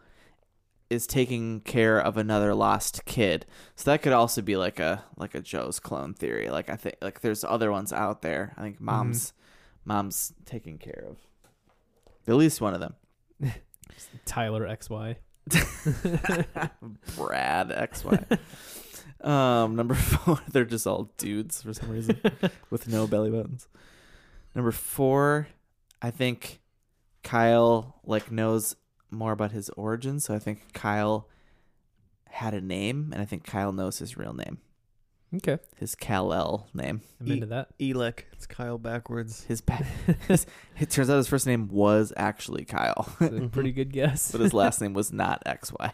Speaker 3: is taking care of another lost kid, so that could also be like a like a Joe's clone theory. Like I think like there's other ones out there. I think mom's mom's taking care of at least one of them.
Speaker 2: Tyler X Y.
Speaker 3: Brad XY. um, number *laughs* four, they're just all dudes for some reason with no belly buttons. Number four, I think Kyle like knows more about his origin, so I think Kyle had a name, and I think Kyle knows his real name,
Speaker 2: Okay,
Speaker 3: his Kal El name.
Speaker 2: I'm into
Speaker 3: *laughs*
Speaker 2: that.
Speaker 1: Elek. It's Kyle backwards.
Speaker 3: His, pa- *laughs* his it turns out his first name was actually Kyle.
Speaker 2: It's a pretty good guess.
Speaker 3: but his last name was not *laughs* XY.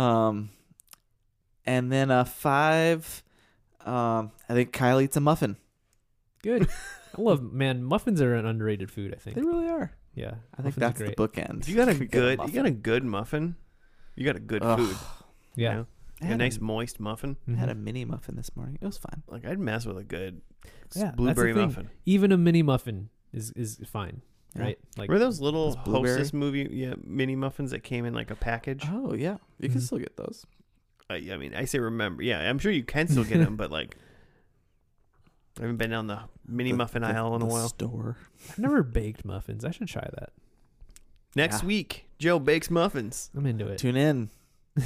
Speaker 3: Um, and then uh, five, um, I think Kyle eats a muffin.
Speaker 2: Good. I love man. Muffins are an underrated food. I
Speaker 3: uh, They
Speaker 2: think.
Speaker 3: really are.
Speaker 2: Yeah,
Speaker 3: I
Speaker 2: muffins
Speaker 3: think
Speaker 2: are
Speaker 3: that's the
Speaker 2: great.
Speaker 3: bookend.
Speaker 1: If you got a
Speaker 3: *laughs* We
Speaker 1: good, you got a
Speaker 3: muffin.
Speaker 1: good muffin. You got a good
Speaker 3: Ugh,
Speaker 1: food. you
Speaker 2: Yeah,
Speaker 1: know?
Speaker 3: I
Speaker 1: a
Speaker 3: had
Speaker 1: nice moist muffin.
Speaker 3: I had
Speaker 2: Mhm.
Speaker 3: a mini muffin this morning. It was fine.
Speaker 1: Like I'd mess with a good s-
Speaker 2: Yeah, that's the
Speaker 1: blueberry
Speaker 2: thing.
Speaker 1: muffin.
Speaker 2: even a mini muffin is is fine,
Speaker 3: Yeah.
Speaker 2: right? Like
Speaker 1: Were those little
Speaker 3: Those blueberry?
Speaker 1: Hostess movie yeah, mini muffins that came in like a package?
Speaker 3: Oh yeah, you can
Speaker 2: Mhm.
Speaker 3: still get those.
Speaker 1: I, I mean, I say remember. Yeah, I'm sure you can still get them, but like, I haven't been down the mini
Speaker 3: The-
Speaker 1: muffin
Speaker 3: the-
Speaker 1: aisle in a
Speaker 3: the
Speaker 1: while.
Speaker 3: Store.
Speaker 2: I've never baked muffins. I should try that.
Speaker 1: Next
Speaker 3: Yeah.
Speaker 1: week, Joe bakes muffins.
Speaker 2: I'm into it.
Speaker 3: Tune in. *laughs*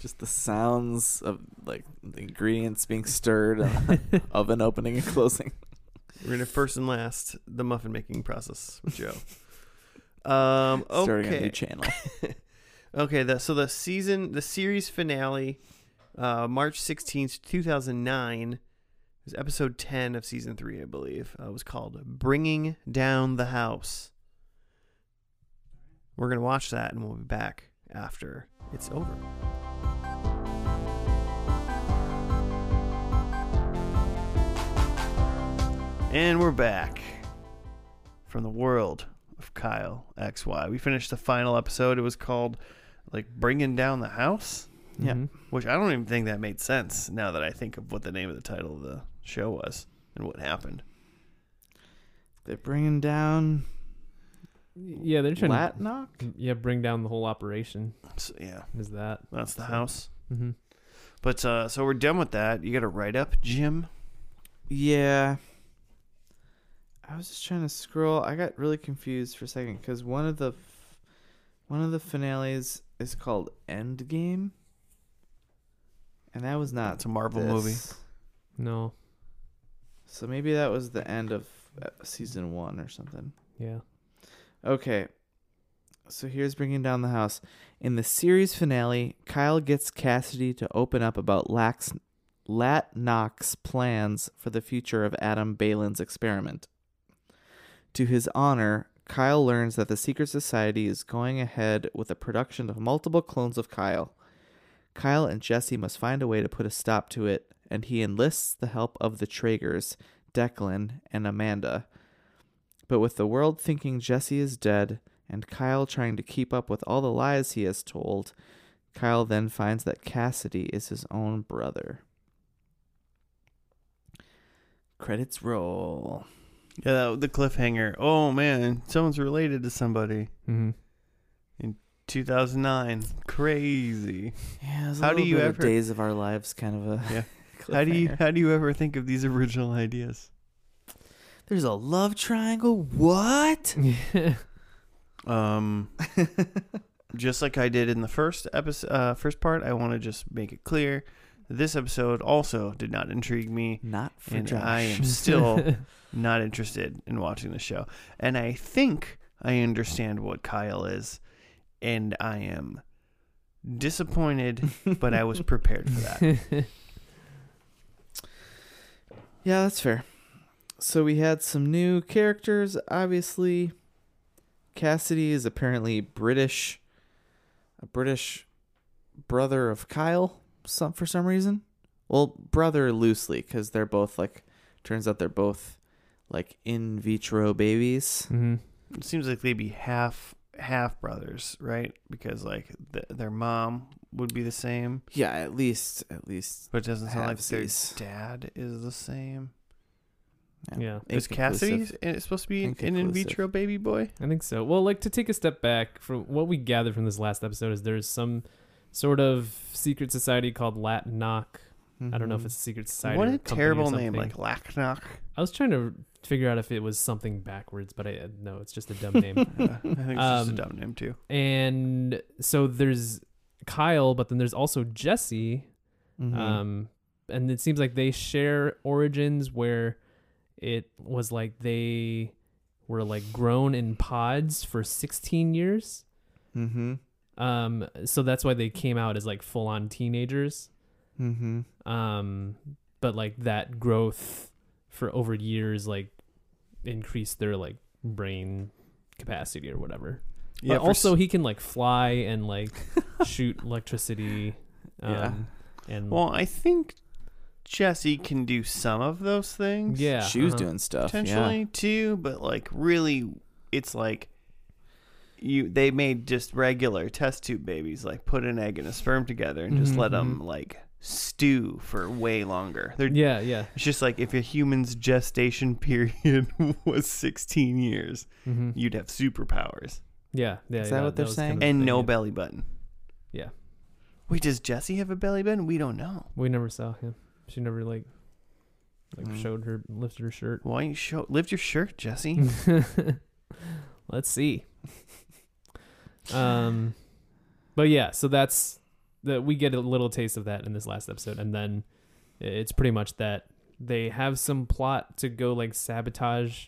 Speaker 3: Just the sounds of like the ingredients being stirred, uh, *laughs* oven opening and closing.
Speaker 1: We're gonna first and last the muffin making process with
Speaker 3: *laughs*
Speaker 1: Joe. Um, okay.
Speaker 3: Starting a new channel.
Speaker 1: Okay, the, so the season, the series finale, uh, March 16th, 2009, it was episode 10 of season 3, I believe. Uh, it was called Bringing Down the House. We're going to watch that and we'll be back after it's over. And we're back from the world of Kyle XY. We finished the final episode. It was called like Bringing Down the House,
Speaker 3: Yeah.
Speaker 2: Mhm.
Speaker 1: which I don't even think that made sense now that I think of what the name of the title of the show was and what happened.
Speaker 3: They're bringing down
Speaker 2: Yeah, they're trying
Speaker 3: Latnock.
Speaker 2: to yeah bring down the whole operation.
Speaker 1: So, yeah,
Speaker 2: Is that?
Speaker 1: that's the house.
Speaker 2: Mm-hmm.
Speaker 1: But uh, so we're done with that. You got to write up, Jim.
Speaker 3: Yeah. I was just trying to scroll. I got really confused for a second because one of the f- one of the finales is called Endgame, and that was not
Speaker 1: Ah, It's a Marvel
Speaker 3: this.
Speaker 1: movie.
Speaker 2: No.
Speaker 3: So maybe that was the end of uh, season one or something.
Speaker 2: Yeah.
Speaker 3: Okay. So here's bringing down the house. In the series finale, Kyle gets Cassidy to open up about Lax, Lat Knox's plans for the future of Adam Balin's experiment. To his honor, Kyle learns that the Secret Society is going ahead with the production of multiple clones of Kyle. Kyle and Jesse must find a way to put a stop to it, and he enlists the help of the Traegers, Declan, and Amanda. But with the world thinking Jesse is dead, and Kyle trying to keep up with all the lies he has told, Kyle then finds that Cassidy is his own brother. Credits roll.
Speaker 1: Yeah, that, the cliffhanger. Oh man, someone's related to somebody.
Speaker 2: Mm-hmm. *laughs*
Speaker 1: 2009, crazy.
Speaker 3: Yeah, it was a
Speaker 1: How do
Speaker 3: little
Speaker 1: you
Speaker 3: bit of
Speaker 1: ever-
Speaker 3: Days of Our Lives kind of a
Speaker 1: Yeah.
Speaker 3: *laughs*
Speaker 1: How do you
Speaker 3: cliffhanger.
Speaker 1: how do you ever think of these *laughs* original ideas?
Speaker 3: There's a love triangle.
Speaker 1: *laughs*
Speaker 3: What?
Speaker 1: Um, just like I did in the first episode, uh, first part, I want to just make it clear. This episode also did not intrigue me,
Speaker 3: Not for
Speaker 1: and
Speaker 3: Josh.
Speaker 1: I am still not interested in watching the show. And I think I understand what Kyle is, and I am
Speaker 3: *laughs*
Speaker 1: disappointed, but I was prepared for that.
Speaker 2: Mm-hmm.
Speaker 3: Yeah, that's fair. So we had some new characters, obviously. Cassidy is apparently British, a British brother of Kyle some, for some reason. Well, brother loosely, because they're both like, turns out they're both like in vitro babies.
Speaker 2: hmm
Speaker 1: It seems like they'd be half half brothers, right? Because like th- their mom would be the same,
Speaker 3: Yeah, at least, at least.
Speaker 1: but it doesn't sound like their
Speaker 3: Halfsies.
Speaker 1: dad is the same.
Speaker 2: Yeah.
Speaker 1: Is Cassidy
Speaker 3: inconclusive.
Speaker 1: it's supposed to be an in
Speaker 3: Inconclusive.
Speaker 1: vitro baby boy?
Speaker 2: I think so. Well, like to take a step back from what we gathered from this last episode is there's some sort of secret society called Lat Knock. I don't know if
Speaker 3: Mhm.
Speaker 2: it's a secret society.
Speaker 1: Mm-hmm. what
Speaker 2: or
Speaker 1: a
Speaker 2: company or
Speaker 1: terrible name,
Speaker 2: something.
Speaker 1: like
Speaker 2: *laughs*
Speaker 1: Lacknock.
Speaker 2: I was trying to figure out if it was something backwards, but I uh, no, it's just a dumb
Speaker 1: *laughs*
Speaker 3: *laughs*
Speaker 2: name.
Speaker 1: Uh, I think it's just a
Speaker 2: Um,
Speaker 1: dumb name too.
Speaker 2: and so there's Kyle, but then there's also Jesse.
Speaker 3: Mhm.
Speaker 2: Um, and it seems like they share origins where it was like they were like grown in pods for 16 years.
Speaker 3: Mhm.
Speaker 2: Um, so that's why they came out as like full on teenagers.
Speaker 3: Mhm.
Speaker 2: Um, but like that growth for over years, like increased their like brain capacity or whatever. Yeah,
Speaker 1: for
Speaker 2: also
Speaker 1: s-
Speaker 2: he can like fly and like shoot electricity. Um,
Speaker 3: Yeah.
Speaker 2: And
Speaker 1: well, I think Jesse can do some of those things.
Speaker 2: yeah,
Speaker 3: she was
Speaker 2: uh-huh.
Speaker 3: doing stuff.
Speaker 1: potentially too, but like really, it's like you they made just regular test tube babies, like put an egg and a sperm together and just let them like stew for way longer. They're
Speaker 2: Mm-hmm. Yeah, yeah.
Speaker 1: it's just like if a human's gestation *laughs* period was 16 years,
Speaker 2: Mm-hmm.
Speaker 1: you'd have superpowers
Speaker 2: Yeah, yeah.
Speaker 3: Is that what they're
Speaker 2: was kind
Speaker 3: saying?
Speaker 2: of the
Speaker 1: and
Speaker 2: thing,
Speaker 1: no
Speaker 2: yeah.
Speaker 1: belly button.
Speaker 2: Yeah.
Speaker 1: Wait, does Jesse have a belly button? We don't know.
Speaker 2: We never saw him. She never like like
Speaker 3: Mm.
Speaker 2: showed her lifted her shirt.
Speaker 1: Why don't you show lift your shirt, Jesse?
Speaker 2: *laughs* Let's see. Um, but yeah, so that's that we get a little taste of that in this last episode, and then it's pretty much that they have some plot to go like sabotage.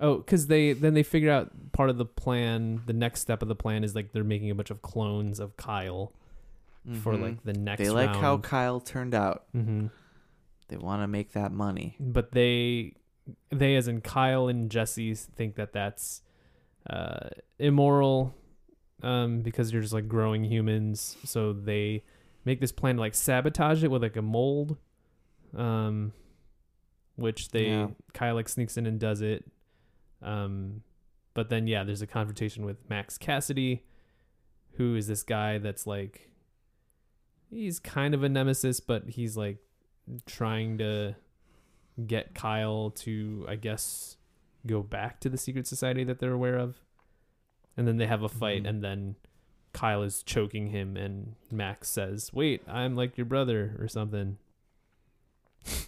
Speaker 2: Oh, because they then they figure out part of the plan. The next step of the plan is like they're making a bunch of clones of Kyle
Speaker 3: Yeah.
Speaker 2: for
Speaker 3: Mhm.
Speaker 2: like the next.
Speaker 3: they like how
Speaker 2: round.
Speaker 3: Kyle turned out.
Speaker 2: Mhm.
Speaker 3: They want to make that money.
Speaker 2: *laughs* but they they as in kyle and jesse think that that's uh immoral um because you're just like growing humans so they make this plan to like sabotage it with like a mold um which they
Speaker 3: Yeah.
Speaker 2: kyle like sneaks in and does it um but then yeah there's a confrontation with max cassidy who is this guy that's like he's kind of a nemesis but he's like trying to get Kyle to, I guess, go back to the secret society that they're aware of. And then they have a fight,
Speaker 1: Mm-hmm.
Speaker 3: Mhm.
Speaker 2: and then Kyle is choking him, and Max says, "Wait, I'm like your brother or something."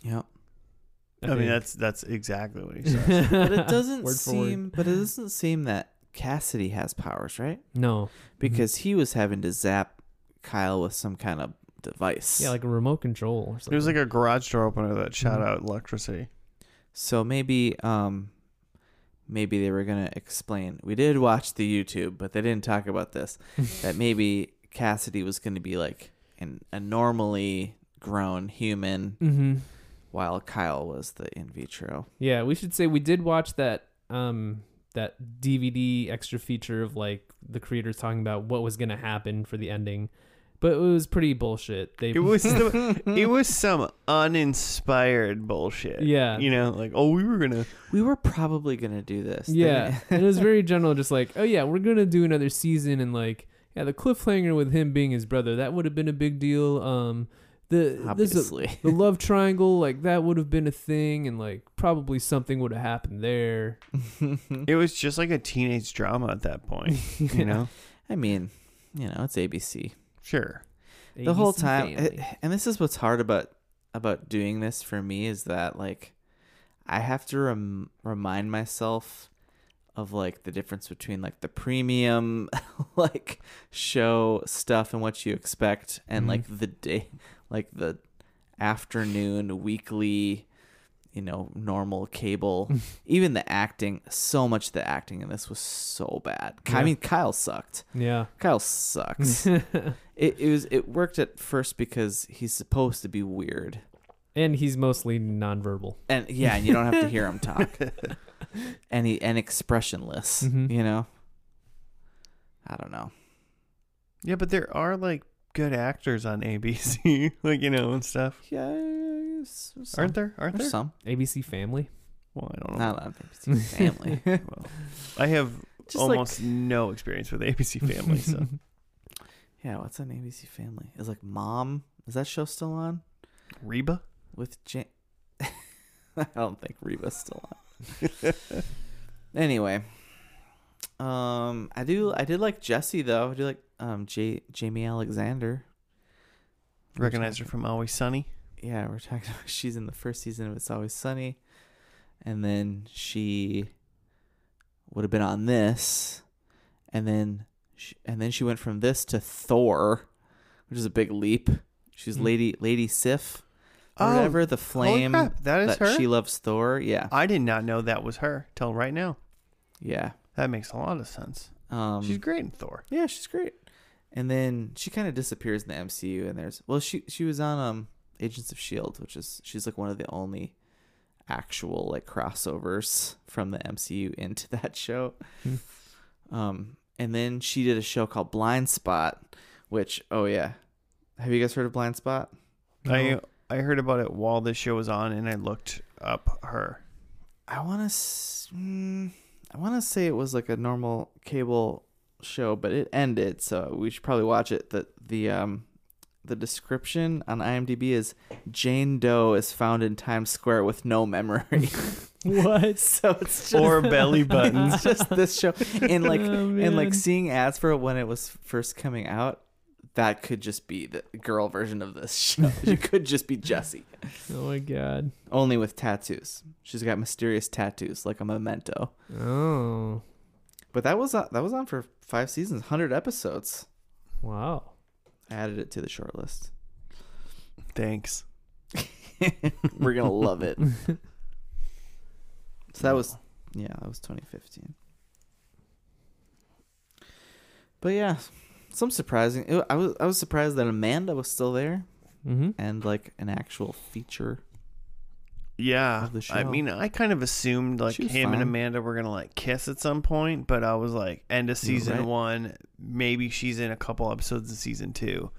Speaker 3: Yep.
Speaker 1: I mean,
Speaker 2: think.
Speaker 1: that's that's exactly
Speaker 2: *laughs*
Speaker 1: what he said.
Speaker 3: But it doesn't
Speaker 2: Word for word.
Speaker 3: seem but it doesn't seem that Cassidy has powers, right?
Speaker 2: no
Speaker 3: Because he was having to zap Kyle with some kind of device.
Speaker 2: yeah, like a remote control or something.
Speaker 1: It was like a garage door opener that shot
Speaker 2: Mhm.
Speaker 1: out electricity.
Speaker 3: so maybe um maybe they were gonna explain. We did watch the YouTube, but they didn't talk
Speaker 2: *laughs*
Speaker 3: about this. that maybe Cassidy was gonna be like an a normally grown human
Speaker 2: mm-hmm.
Speaker 3: while Kyle was the in vitro.
Speaker 2: Yeah, we should say we did watch that um that DVD extra feature of like the creators talking about what was gonna happen for the ending. But it was pretty bullshit. They
Speaker 1: It was
Speaker 2: *laughs*
Speaker 1: the,
Speaker 2: Mm-hmm.
Speaker 1: it was some uninspired bullshit.
Speaker 2: Yeah.
Speaker 1: you know, like oh, we were gonna
Speaker 3: We were probably gonna do this. They-
Speaker 2: Yeah,
Speaker 3: *laughs*
Speaker 2: and it was very general, just like, oh yeah, we're gonna do another season, and like, yeah, the cliffhanger with him being his brother that would have been a big deal. Um, the this is-
Speaker 3: obviously.
Speaker 2: the love triangle like that would have been a thing, and like probably something would have happened there.
Speaker 1: It was just like a teenage drama at that point, you know.
Speaker 3: *laughs* I mean, you know, it's ABC.
Speaker 1: Sure.
Speaker 3: the whole
Speaker 2: ABC
Speaker 3: time
Speaker 2: Family.
Speaker 3: eh, and this is what's hard about about doing this for me is that like i have to rem- remind myself of like the difference between like the premium *laughs* like show stuff and what you expect and
Speaker 2: Mhm.
Speaker 3: like the day like the afternoon weekly you know normal
Speaker 2: Mm.
Speaker 3: cable
Speaker 2: *laughs*
Speaker 3: even the acting so much of the acting in this was so bad i
Speaker 2: Yeah.
Speaker 3: mean kyle sucked
Speaker 2: *laughs*
Speaker 1: *laughs*
Speaker 3: kyle sucks
Speaker 2: yeah,
Speaker 3: it, it was it worked at first because he's supposed to be weird,
Speaker 2: and he's mostly nonverbal.
Speaker 3: and yeah, and you don't have to hear
Speaker 1: *laughs*
Speaker 3: him talk, and he and expressionless.
Speaker 1: Mm-hmm.
Speaker 2: Mhm.
Speaker 3: You know, I don't know.
Speaker 1: Yeah, but there are like good actors on ABC, *laughs* like you know and stuff.
Speaker 3: Yeah,
Speaker 1: Aren't there? Aren't there? Oh.
Speaker 3: some?
Speaker 2: ABC Family.
Speaker 1: Well, I don't know.
Speaker 3: Not on ABC
Speaker 1: *laughs*
Speaker 3: Family.
Speaker 1: Well, I have
Speaker 3: Just
Speaker 1: almost no experience with ABC Family, so
Speaker 3: like yeah, what's on ABC Family? It's like Mom. Is that show still on
Speaker 1: Reba.
Speaker 3: with Jan? *laughs* I don't think Reba's still on.
Speaker 1: *laughs*
Speaker 3: anyway, um, I do I did like Jesse though. I do like um J- Jamie Alexander. We were
Speaker 1: Recognize her
Speaker 3: talking-
Speaker 1: from Always Sunny.
Speaker 3: Yeah, we're talking about *laughs* she's in the first season of It's Always Sunny, and then she would have been on this, and then she, and then she went from this to Thor, which is a big leap. She's
Speaker 2: Mm.
Speaker 3: Lady Lady Sif, or
Speaker 1: Oh,
Speaker 3: whatever the
Speaker 1: Holy
Speaker 3: flame
Speaker 1: crap, that is
Speaker 3: that
Speaker 1: her. Uh,
Speaker 3: she loves Thor. Yeah,
Speaker 1: I did not know that was her till right now.
Speaker 3: yeah.
Speaker 1: That makes a lot of sense.
Speaker 3: Um,
Speaker 1: She's great in Thor.
Speaker 3: Yeah, she's great. And then she kind of disappears in the MCU. And there's well, she she was on um Agents of Shield, which is she's like one of the only actual like crossovers from the MCU into *laughs* that show.
Speaker 2: Hmm.
Speaker 3: um, and then she did a show called Blind Spot, which oh yeah, have you guys heard of Blind Spot?
Speaker 1: I I heard about it while this show was on, and I looked up her.
Speaker 3: I want to. Mm, I want to say it was like a normal cable show, but it ended, so we should probably watch it. the The um, the description on IMDb is Jane Doe is found in Times Square with no memory. *laughs*
Speaker 2: what? *laughs*
Speaker 3: so it's
Speaker 1: *laughs*
Speaker 3: just,
Speaker 1: Or belly buttons.
Speaker 3: it's just this show,
Speaker 2: *laughs*
Speaker 3: and like
Speaker 2: Oh,
Speaker 3: and
Speaker 2: man.
Speaker 3: like seeing ads for it when it was first coming out. That could just be the girl version
Speaker 2: *laughs*
Speaker 3: of this show. She could just be Jessie,
Speaker 2: Oh my god.
Speaker 3: only with tattoos. She's got mysterious tattoos, like a memento.
Speaker 2: Oh
Speaker 3: But that was on, that was on for five seasons, hundred episodes.
Speaker 2: wow.
Speaker 3: I added it to the short list.
Speaker 1: Thanks.
Speaker 3: *laughs* We're gonna love it. So that was yeah, that was 2015. But yeah, some surprising. it- I was I was surprised that Amanda was still there
Speaker 2: Mm-hmm.
Speaker 3: and like an actual feature.
Speaker 1: Yeah,
Speaker 3: Of the
Speaker 1: I
Speaker 3: show.
Speaker 1: mean, I kind of assumed like
Speaker 3: She was
Speaker 1: him
Speaker 3: fine.
Speaker 1: and Amanda were gonna like kiss at some point, but I was like, end of season
Speaker 3: right.
Speaker 1: one, maybe she's in a couple episodes of season two,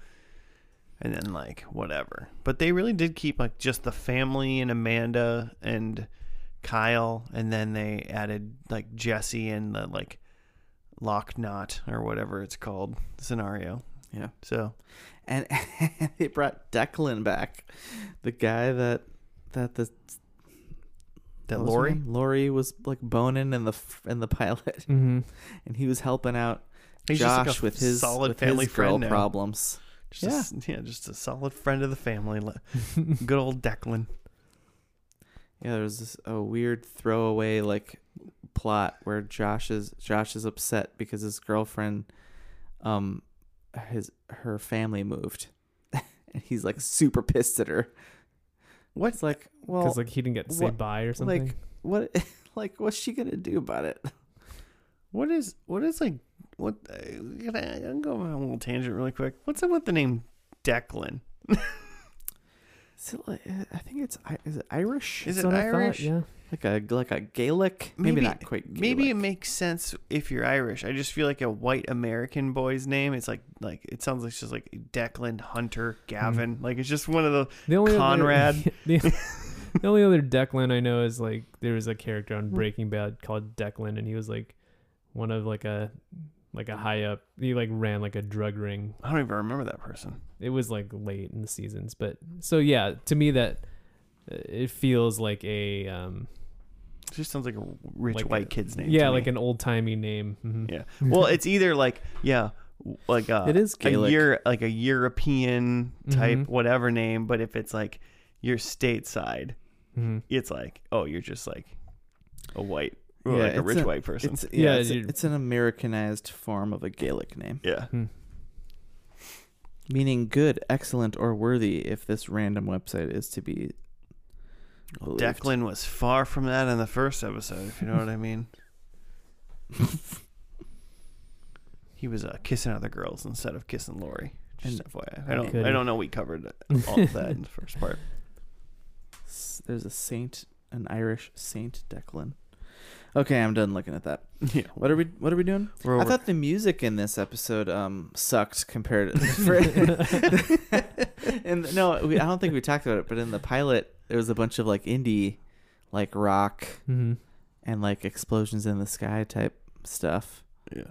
Speaker 1: and then like whatever. But they really did keep like just the family and Amanda and Kyle, and then they added like Jesse and the like lock knot or whatever it's called scenario.
Speaker 3: Yeah.
Speaker 1: So
Speaker 3: and *laughs* they brought Declan back, the guy that that the
Speaker 1: that
Speaker 3: what was her
Speaker 1: Lori,
Speaker 3: name? Lori was like boning in the f- in the *laughs* pilot,
Speaker 2: *laughs* Mm-hmm.
Speaker 3: and he was helping out
Speaker 1: He's just, like,
Speaker 3: Josh
Speaker 1: a
Speaker 3: with his
Speaker 1: solid
Speaker 3: with
Speaker 1: family
Speaker 3: his girl
Speaker 1: friend now.
Speaker 3: problems.
Speaker 1: just yeah. A, s- yeah, just a solid friend of the family, le- good old Declan.
Speaker 3: Yeah, there was this a weird throwaway like plot where Josh is Josh is upset because his girlfriend, um, his her family moved, *laughs* and he's like super pissed at her.
Speaker 1: What
Speaker 3: It's like well,
Speaker 2: Because like he didn't get to say
Speaker 3: what-
Speaker 2: bye or something.
Speaker 3: like what *laughs* like what's she gonna do about it?
Speaker 1: What is what is like what? uh, can I, I'm going on a little tangent really quick. What's up with the name Declan?
Speaker 3: Is it, like- I think it's I- is it Irish?
Speaker 1: Is
Speaker 2: That's
Speaker 1: it
Speaker 2: what I thought,
Speaker 1: Irish?
Speaker 2: yeah.
Speaker 3: like a like a Gaelic? Maybe,
Speaker 1: Maybe-
Speaker 3: not quite. Gaelic.
Speaker 1: Maybe it makes sense if you're Irish. I just feel like a white American boy's name. It's like like it sounds like it's just like Declan, Hunter, Gavin. Like it's just one of the
Speaker 2: The only
Speaker 1: Conrad.
Speaker 2: Other, *laughs* the, the only other Declan I know is like there was a character on Breaking Bad called Declan, and he was like one of like a like a high up. He like ran like a drug ring.
Speaker 1: I don't even remember that person.
Speaker 2: It was like late in the seasons, but so yeah, to me that uh, it feels like a um
Speaker 1: It just sounds like a rich
Speaker 2: Like a-
Speaker 1: white kid's name.
Speaker 2: yeah
Speaker 1: to *laughs*
Speaker 2: like
Speaker 1: me.
Speaker 2: an old timey name. Mhm.
Speaker 1: yeah. Well, it's either like yeah, like uh,
Speaker 3: It is
Speaker 1: a
Speaker 3: Gaelic. Mm-hmm.
Speaker 1: year like a European type
Speaker 2: Mhm.
Speaker 1: whatever name. But if it's like your stateside,
Speaker 2: Mhm.
Speaker 1: it's like oh you're just like a white or
Speaker 3: Yeah,
Speaker 1: like a
Speaker 3: it's
Speaker 1: rich
Speaker 3: a-
Speaker 1: white person.
Speaker 3: It's, yeah,
Speaker 2: Yeah,
Speaker 3: it's,
Speaker 2: you-
Speaker 3: it's an Americanized form of a Gaelic name,
Speaker 1: Yeah.
Speaker 3: meaning good, excellent, or worthy. If this random website is to be believed.
Speaker 1: Declan was far from that in the first episode, if you know what I
Speaker 3: *laughs*
Speaker 1: mean. he was uh, kissing other girls instead of kissing Lori. Just FYI, I don't,
Speaker 2: Could
Speaker 1: I
Speaker 2: he?
Speaker 1: don't know. We covered all of that in the first
Speaker 3: *laughs*
Speaker 1: part.
Speaker 3: S- there's a saint, an Irish Saint Declan. Okay, I'm done looking at that.
Speaker 1: Yeah,
Speaker 3: What are we? What are we doing?
Speaker 1: We're over.
Speaker 3: I thought the music in this episode um sucked compared to. For, *laughs* and no, we, I don't think we talked about it. But in the pilot, there was a bunch of like indie, like rock
Speaker 2: Mhm.
Speaker 3: and like explosions in the sky type stuff,
Speaker 1: yeah.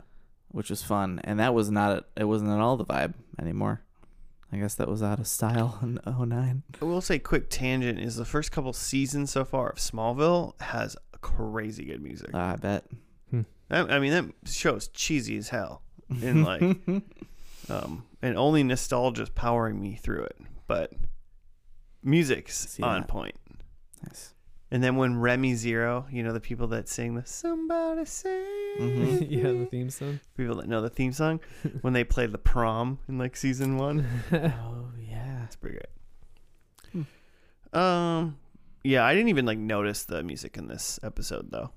Speaker 3: which was fun. And that was not it wasn't at all the vibe anymore. I guess that was out of style *laughs* in 09.
Speaker 1: I will say, quick tangent is the first couple seasons so far of Smallville has crazy good music.
Speaker 3: Ah, I bet.
Speaker 1: I, I mean, that show's cheesy as hell, and
Speaker 3: *laughs*
Speaker 1: like, um, and only nostalgia's powering me through it, but music's
Speaker 3: See
Speaker 1: on
Speaker 3: that.
Speaker 1: point.
Speaker 3: Nice.
Speaker 1: And then when Remy Zero, you know the people that sing the "Somebody Save
Speaker 2: *laughs*
Speaker 3: Mhm.
Speaker 2: Mm-hmm. *laughs* yeah, the
Speaker 1: Me,"
Speaker 2: theme song.
Speaker 1: *laughs* people that know the theme song, when they play the prom in like season one,
Speaker 2: *laughs*
Speaker 3: oh yeah.
Speaker 1: that's pretty great. Um, yeah, I didn't even like notice the music in this episode though,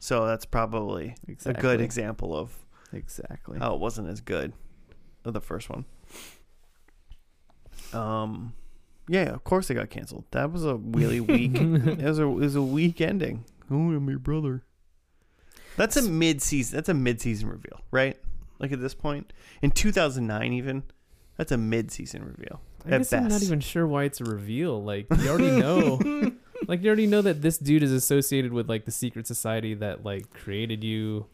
Speaker 1: so that's probably
Speaker 3: Exactly.
Speaker 1: a good oh. example of
Speaker 3: Exactly.
Speaker 1: how it wasn't as good of the first one. Um, yeah, of course it got canceled. That was a really weak. it was a it was a weak ending. Oh, I'm your brother. That's a mid season. That's a mid season reveal, right? Like at this point in 2009, even that's a mid season reveal.
Speaker 2: I
Speaker 1: at
Speaker 2: guess I'm not
Speaker 1: best.
Speaker 2: even sure why it's a reveal. Like you already know,
Speaker 3: *laughs*
Speaker 2: like you already know that this dude is associated with like the secret society that like created you.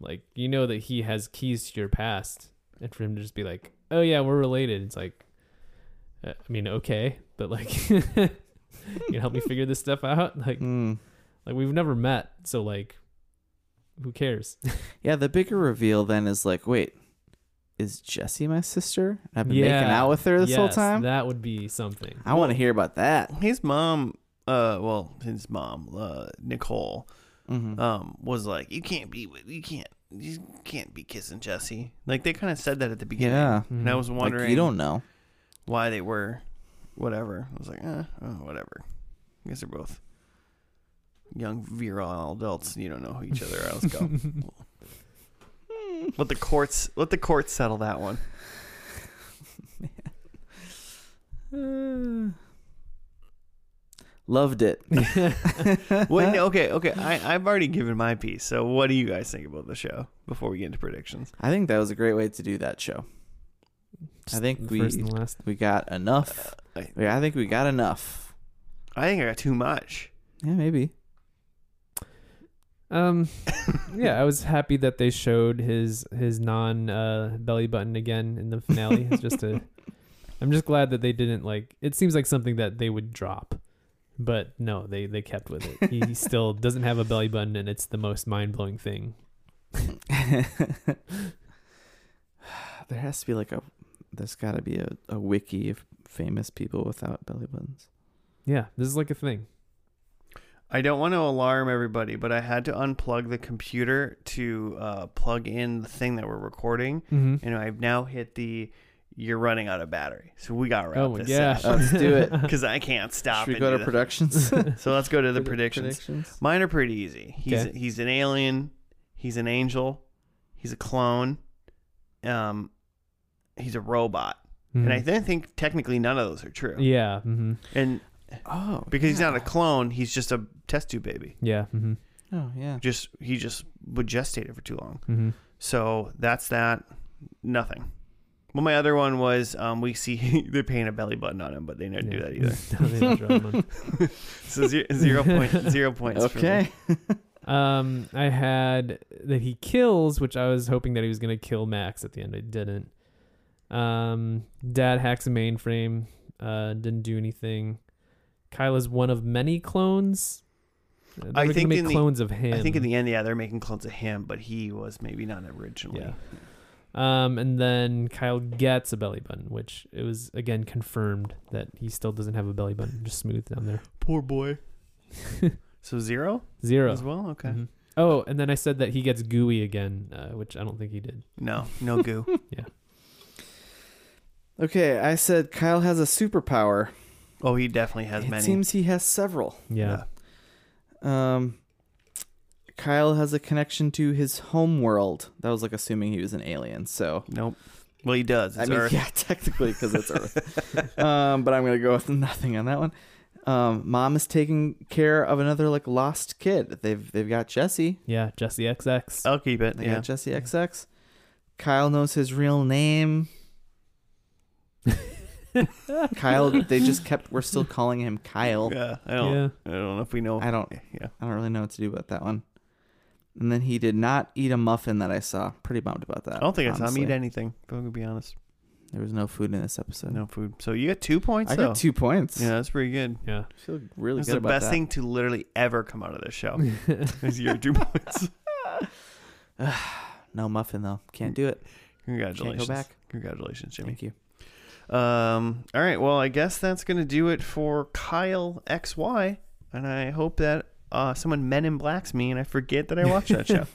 Speaker 2: Like you know that he has keys to your past, and for him to just be like, "Oh yeah, we're related," it's like, uh, I mean, okay, but like, *laughs* you gonna help me figure this stuff out. Like,
Speaker 3: Mm.
Speaker 2: like we've never met, so like, who cares?
Speaker 3: Yeah, the bigger reveal then is like, wait, is Jessie my sister? I've been making
Speaker 2: Yeah.
Speaker 3: out with her this
Speaker 2: *laughs*
Speaker 3: whole
Speaker 2: Yes,
Speaker 3: time.
Speaker 2: that would be something.
Speaker 3: I want to hear about that.
Speaker 1: His mom, uh, well, his mom, uh, Nicole,
Speaker 3: Mhm.
Speaker 1: um, was like, "You can't be with, you can't, you can't be kissing Jesse." Like they kind of said that at the beginning.
Speaker 3: yeah. Mm-hmm.
Speaker 1: And I was
Speaker 3: Like,
Speaker 1: wondering,
Speaker 3: you don't know.
Speaker 1: why they were whatever. I was like, eh, oh, whatever. I guess they're both young, virile adults. You don't know who each other are. Let's
Speaker 3: *laughs*
Speaker 1: go. let the courts let the courts settle that one.
Speaker 3: Uh,
Speaker 1: *laughs*
Speaker 3: loved it.
Speaker 1: Wait, no, okay, okay. I, I've already given my piece. So, what do you guys think about the show before we get into predictions?
Speaker 3: I think that was a great way to do that show. I think we
Speaker 2: Mm-hmm. first and last.
Speaker 3: we got enough.
Speaker 1: I,
Speaker 3: Yeah, I think we got enough.
Speaker 1: I think I got too much.
Speaker 3: Yeah, maybe.
Speaker 2: Um, yeah, I was happy that they showed his his non uh, belly button again in the finale. It's just a, I'm just glad that they didn't like. It seems like something that they would drop, but no, they they kept with it. He still doesn't have a belly button, and it's the most mind blowing thing.
Speaker 3: *laughs* there has to be like a. There's got to be a, a wiki of famous people without belly buttons.
Speaker 2: Yeah, this is like a thing.
Speaker 1: I don't want to alarm everybody, but I had to unplug the computer to uh, plug in the thing that we're recording.
Speaker 2: Mm-hmm.
Speaker 1: and I've now hit the you're running out of battery. So we gotta wrap
Speaker 2: Oh my
Speaker 1: this *laughs* up.
Speaker 2: gosh!
Speaker 3: Oh,
Speaker 2: *laughs*
Speaker 3: let's do it.
Speaker 1: because I can't stop.
Speaker 3: Should we
Speaker 1: and
Speaker 3: go
Speaker 1: do
Speaker 3: to
Speaker 1: that. *laughs*
Speaker 3: productions? *laughs*
Speaker 1: so let's go to the
Speaker 3: Predi-
Speaker 1: predictions. Mine are pretty easy. He's
Speaker 2: Okay.
Speaker 1: he's an alien. He's an angel. He's a clone. Um, he's a robot. and I then think technically none of those are true.
Speaker 2: Mm-hmm. Mm. yeah, hmm
Speaker 1: And
Speaker 3: Oh,
Speaker 1: because he's
Speaker 3: yeah.
Speaker 1: not a clone, he's just a test tube baby.
Speaker 2: yeah, hmm
Speaker 3: Oh yeah.
Speaker 1: Just he just would gestated for too long.
Speaker 2: hmm
Speaker 1: So that's that. Nothing. Well, my other one was um, we see *laughs* they paint a belly button on him, but they never do
Speaker 2: *laughs*
Speaker 1: that either.
Speaker 2: either.
Speaker 1: So
Speaker 3: *laughs*
Speaker 1: zero, zero point zero points. for me.
Speaker 3: Okay.
Speaker 2: um, I had that he kills, which I was hoping that he was gonna kill Max at the end. I didn't. Um, Dad hacks a mainframe. Uh, didn't do anything. Kyla's one of many clones. Uh, they
Speaker 1: I
Speaker 2: were gonna
Speaker 1: think
Speaker 2: make
Speaker 1: in the-
Speaker 2: clones of him.
Speaker 1: I think in the end, yeah, they're making clones of him, but he was maybe not originally.
Speaker 2: Yeah. Um, and then Kyle gets a belly button, which it was again confirmed that he still doesn't have a belly button, just smooth down there.
Speaker 1: Poor
Speaker 3: *laughs*
Speaker 1: boy. so zero,
Speaker 2: Zero.
Speaker 1: as well. Okay.
Speaker 3: Mm-hmm.
Speaker 2: Mhm. Oh, and then I said that he gets gooey again, uh, which I don't think he did.
Speaker 1: No, no
Speaker 3: *laughs*
Speaker 1: goo.
Speaker 3: Okay, I said Kyle has a superpower.
Speaker 1: oh, he definitely has
Speaker 3: it
Speaker 1: many.
Speaker 3: seems he has several.
Speaker 2: Yeah.
Speaker 3: Um, Kyle has a connection to his home world. That was like assuming he was an alien. So
Speaker 1: Nope. Well, he does.
Speaker 3: I
Speaker 1: It's
Speaker 3: mean,
Speaker 1: Earth.
Speaker 3: yeah, *laughs* technically because it's
Speaker 1: *laughs*
Speaker 3: Earth. um, but I'm gonna go with nothing on that one. Um, mom is taking care of another like lost kid. They've they've got Jesse.
Speaker 2: Yeah, Jesse XX.
Speaker 1: I'll keep it.
Speaker 3: They
Speaker 1: yeah.
Speaker 3: got Jesse XX. Kyle knows his
Speaker 1: *laughs*
Speaker 3: real name. Kyle. They just kept. We're still calling him Kyle.
Speaker 1: yeah. I don't.
Speaker 2: yeah.
Speaker 1: I don't know if we know.
Speaker 3: I don't.
Speaker 1: yeah.
Speaker 3: I don't really know what to do about that one. And then he did not eat a muffin that I saw. Pretty bummed about that.
Speaker 1: I don't think I saw
Speaker 3: honestly.
Speaker 1: him eat anything. If I'm gonna be honest,
Speaker 3: There was no food in this episode.
Speaker 1: no food. So you got two points.
Speaker 3: I
Speaker 1: though.
Speaker 3: got two points.
Speaker 1: Yeah, that's pretty good.
Speaker 2: Yeah.
Speaker 3: I feel really
Speaker 1: That's
Speaker 3: good
Speaker 1: the
Speaker 3: about
Speaker 1: best
Speaker 3: that.
Speaker 1: thing to literally ever come out of this
Speaker 3: *laughs*
Speaker 1: show. is your two points.
Speaker 3: No muffin though. Can't do it. *laughs* Can't
Speaker 1: Congratulations.
Speaker 3: go back.
Speaker 1: Congratulations, Jimmy.
Speaker 3: Thank you.
Speaker 1: Um, all right. Well, I guess that's going to do it for Kyle XY. And I hope that uh, someone men in blacks me and I forget that I watched that
Speaker 2: *laughs*
Speaker 3: *laughs*
Speaker 1: show.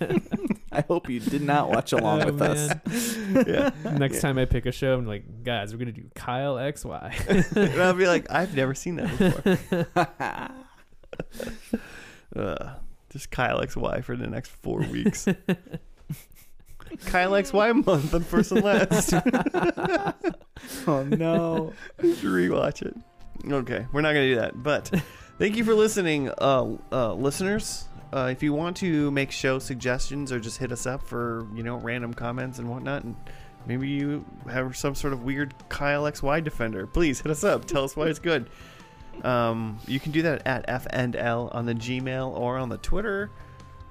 Speaker 3: I hope you did not watch
Speaker 1: *laughs*
Speaker 3: along
Speaker 2: Oh,
Speaker 3: with us.
Speaker 2: man.
Speaker 1: yeah.
Speaker 2: Next time I pick a show, I'm like, guys, we're gonna do Kyle
Speaker 1: *laughs*
Speaker 2: XY.
Speaker 1: and I'll be like, I've never seen that before. Uh, just Kyle XY for the next four weeks. Kyle XY month on first and last.
Speaker 3: *laughs*
Speaker 1: *laughs*
Speaker 3: oh no.
Speaker 1: Just rewatch it. Okay, we're not gonna do that. But thank you for listening, uh, uh, listeners. Uh, if you want to make show suggestions or just hit us up for you know random comments and whatnot, and maybe you have some sort of weird Kyle XY defender, please hit us up. Tell us why it's good. Um, you can do that at FNL on the Gmail or on the Twitter.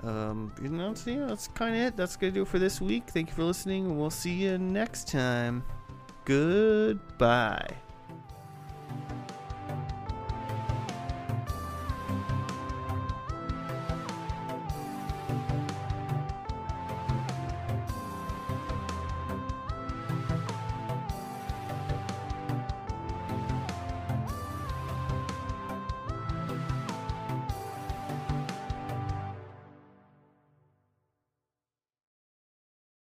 Speaker 1: Um, you know, so yeah, that's kind of it. That's gonna do it for this week. Thank you for listening, and we'll see you next time. Goodbye.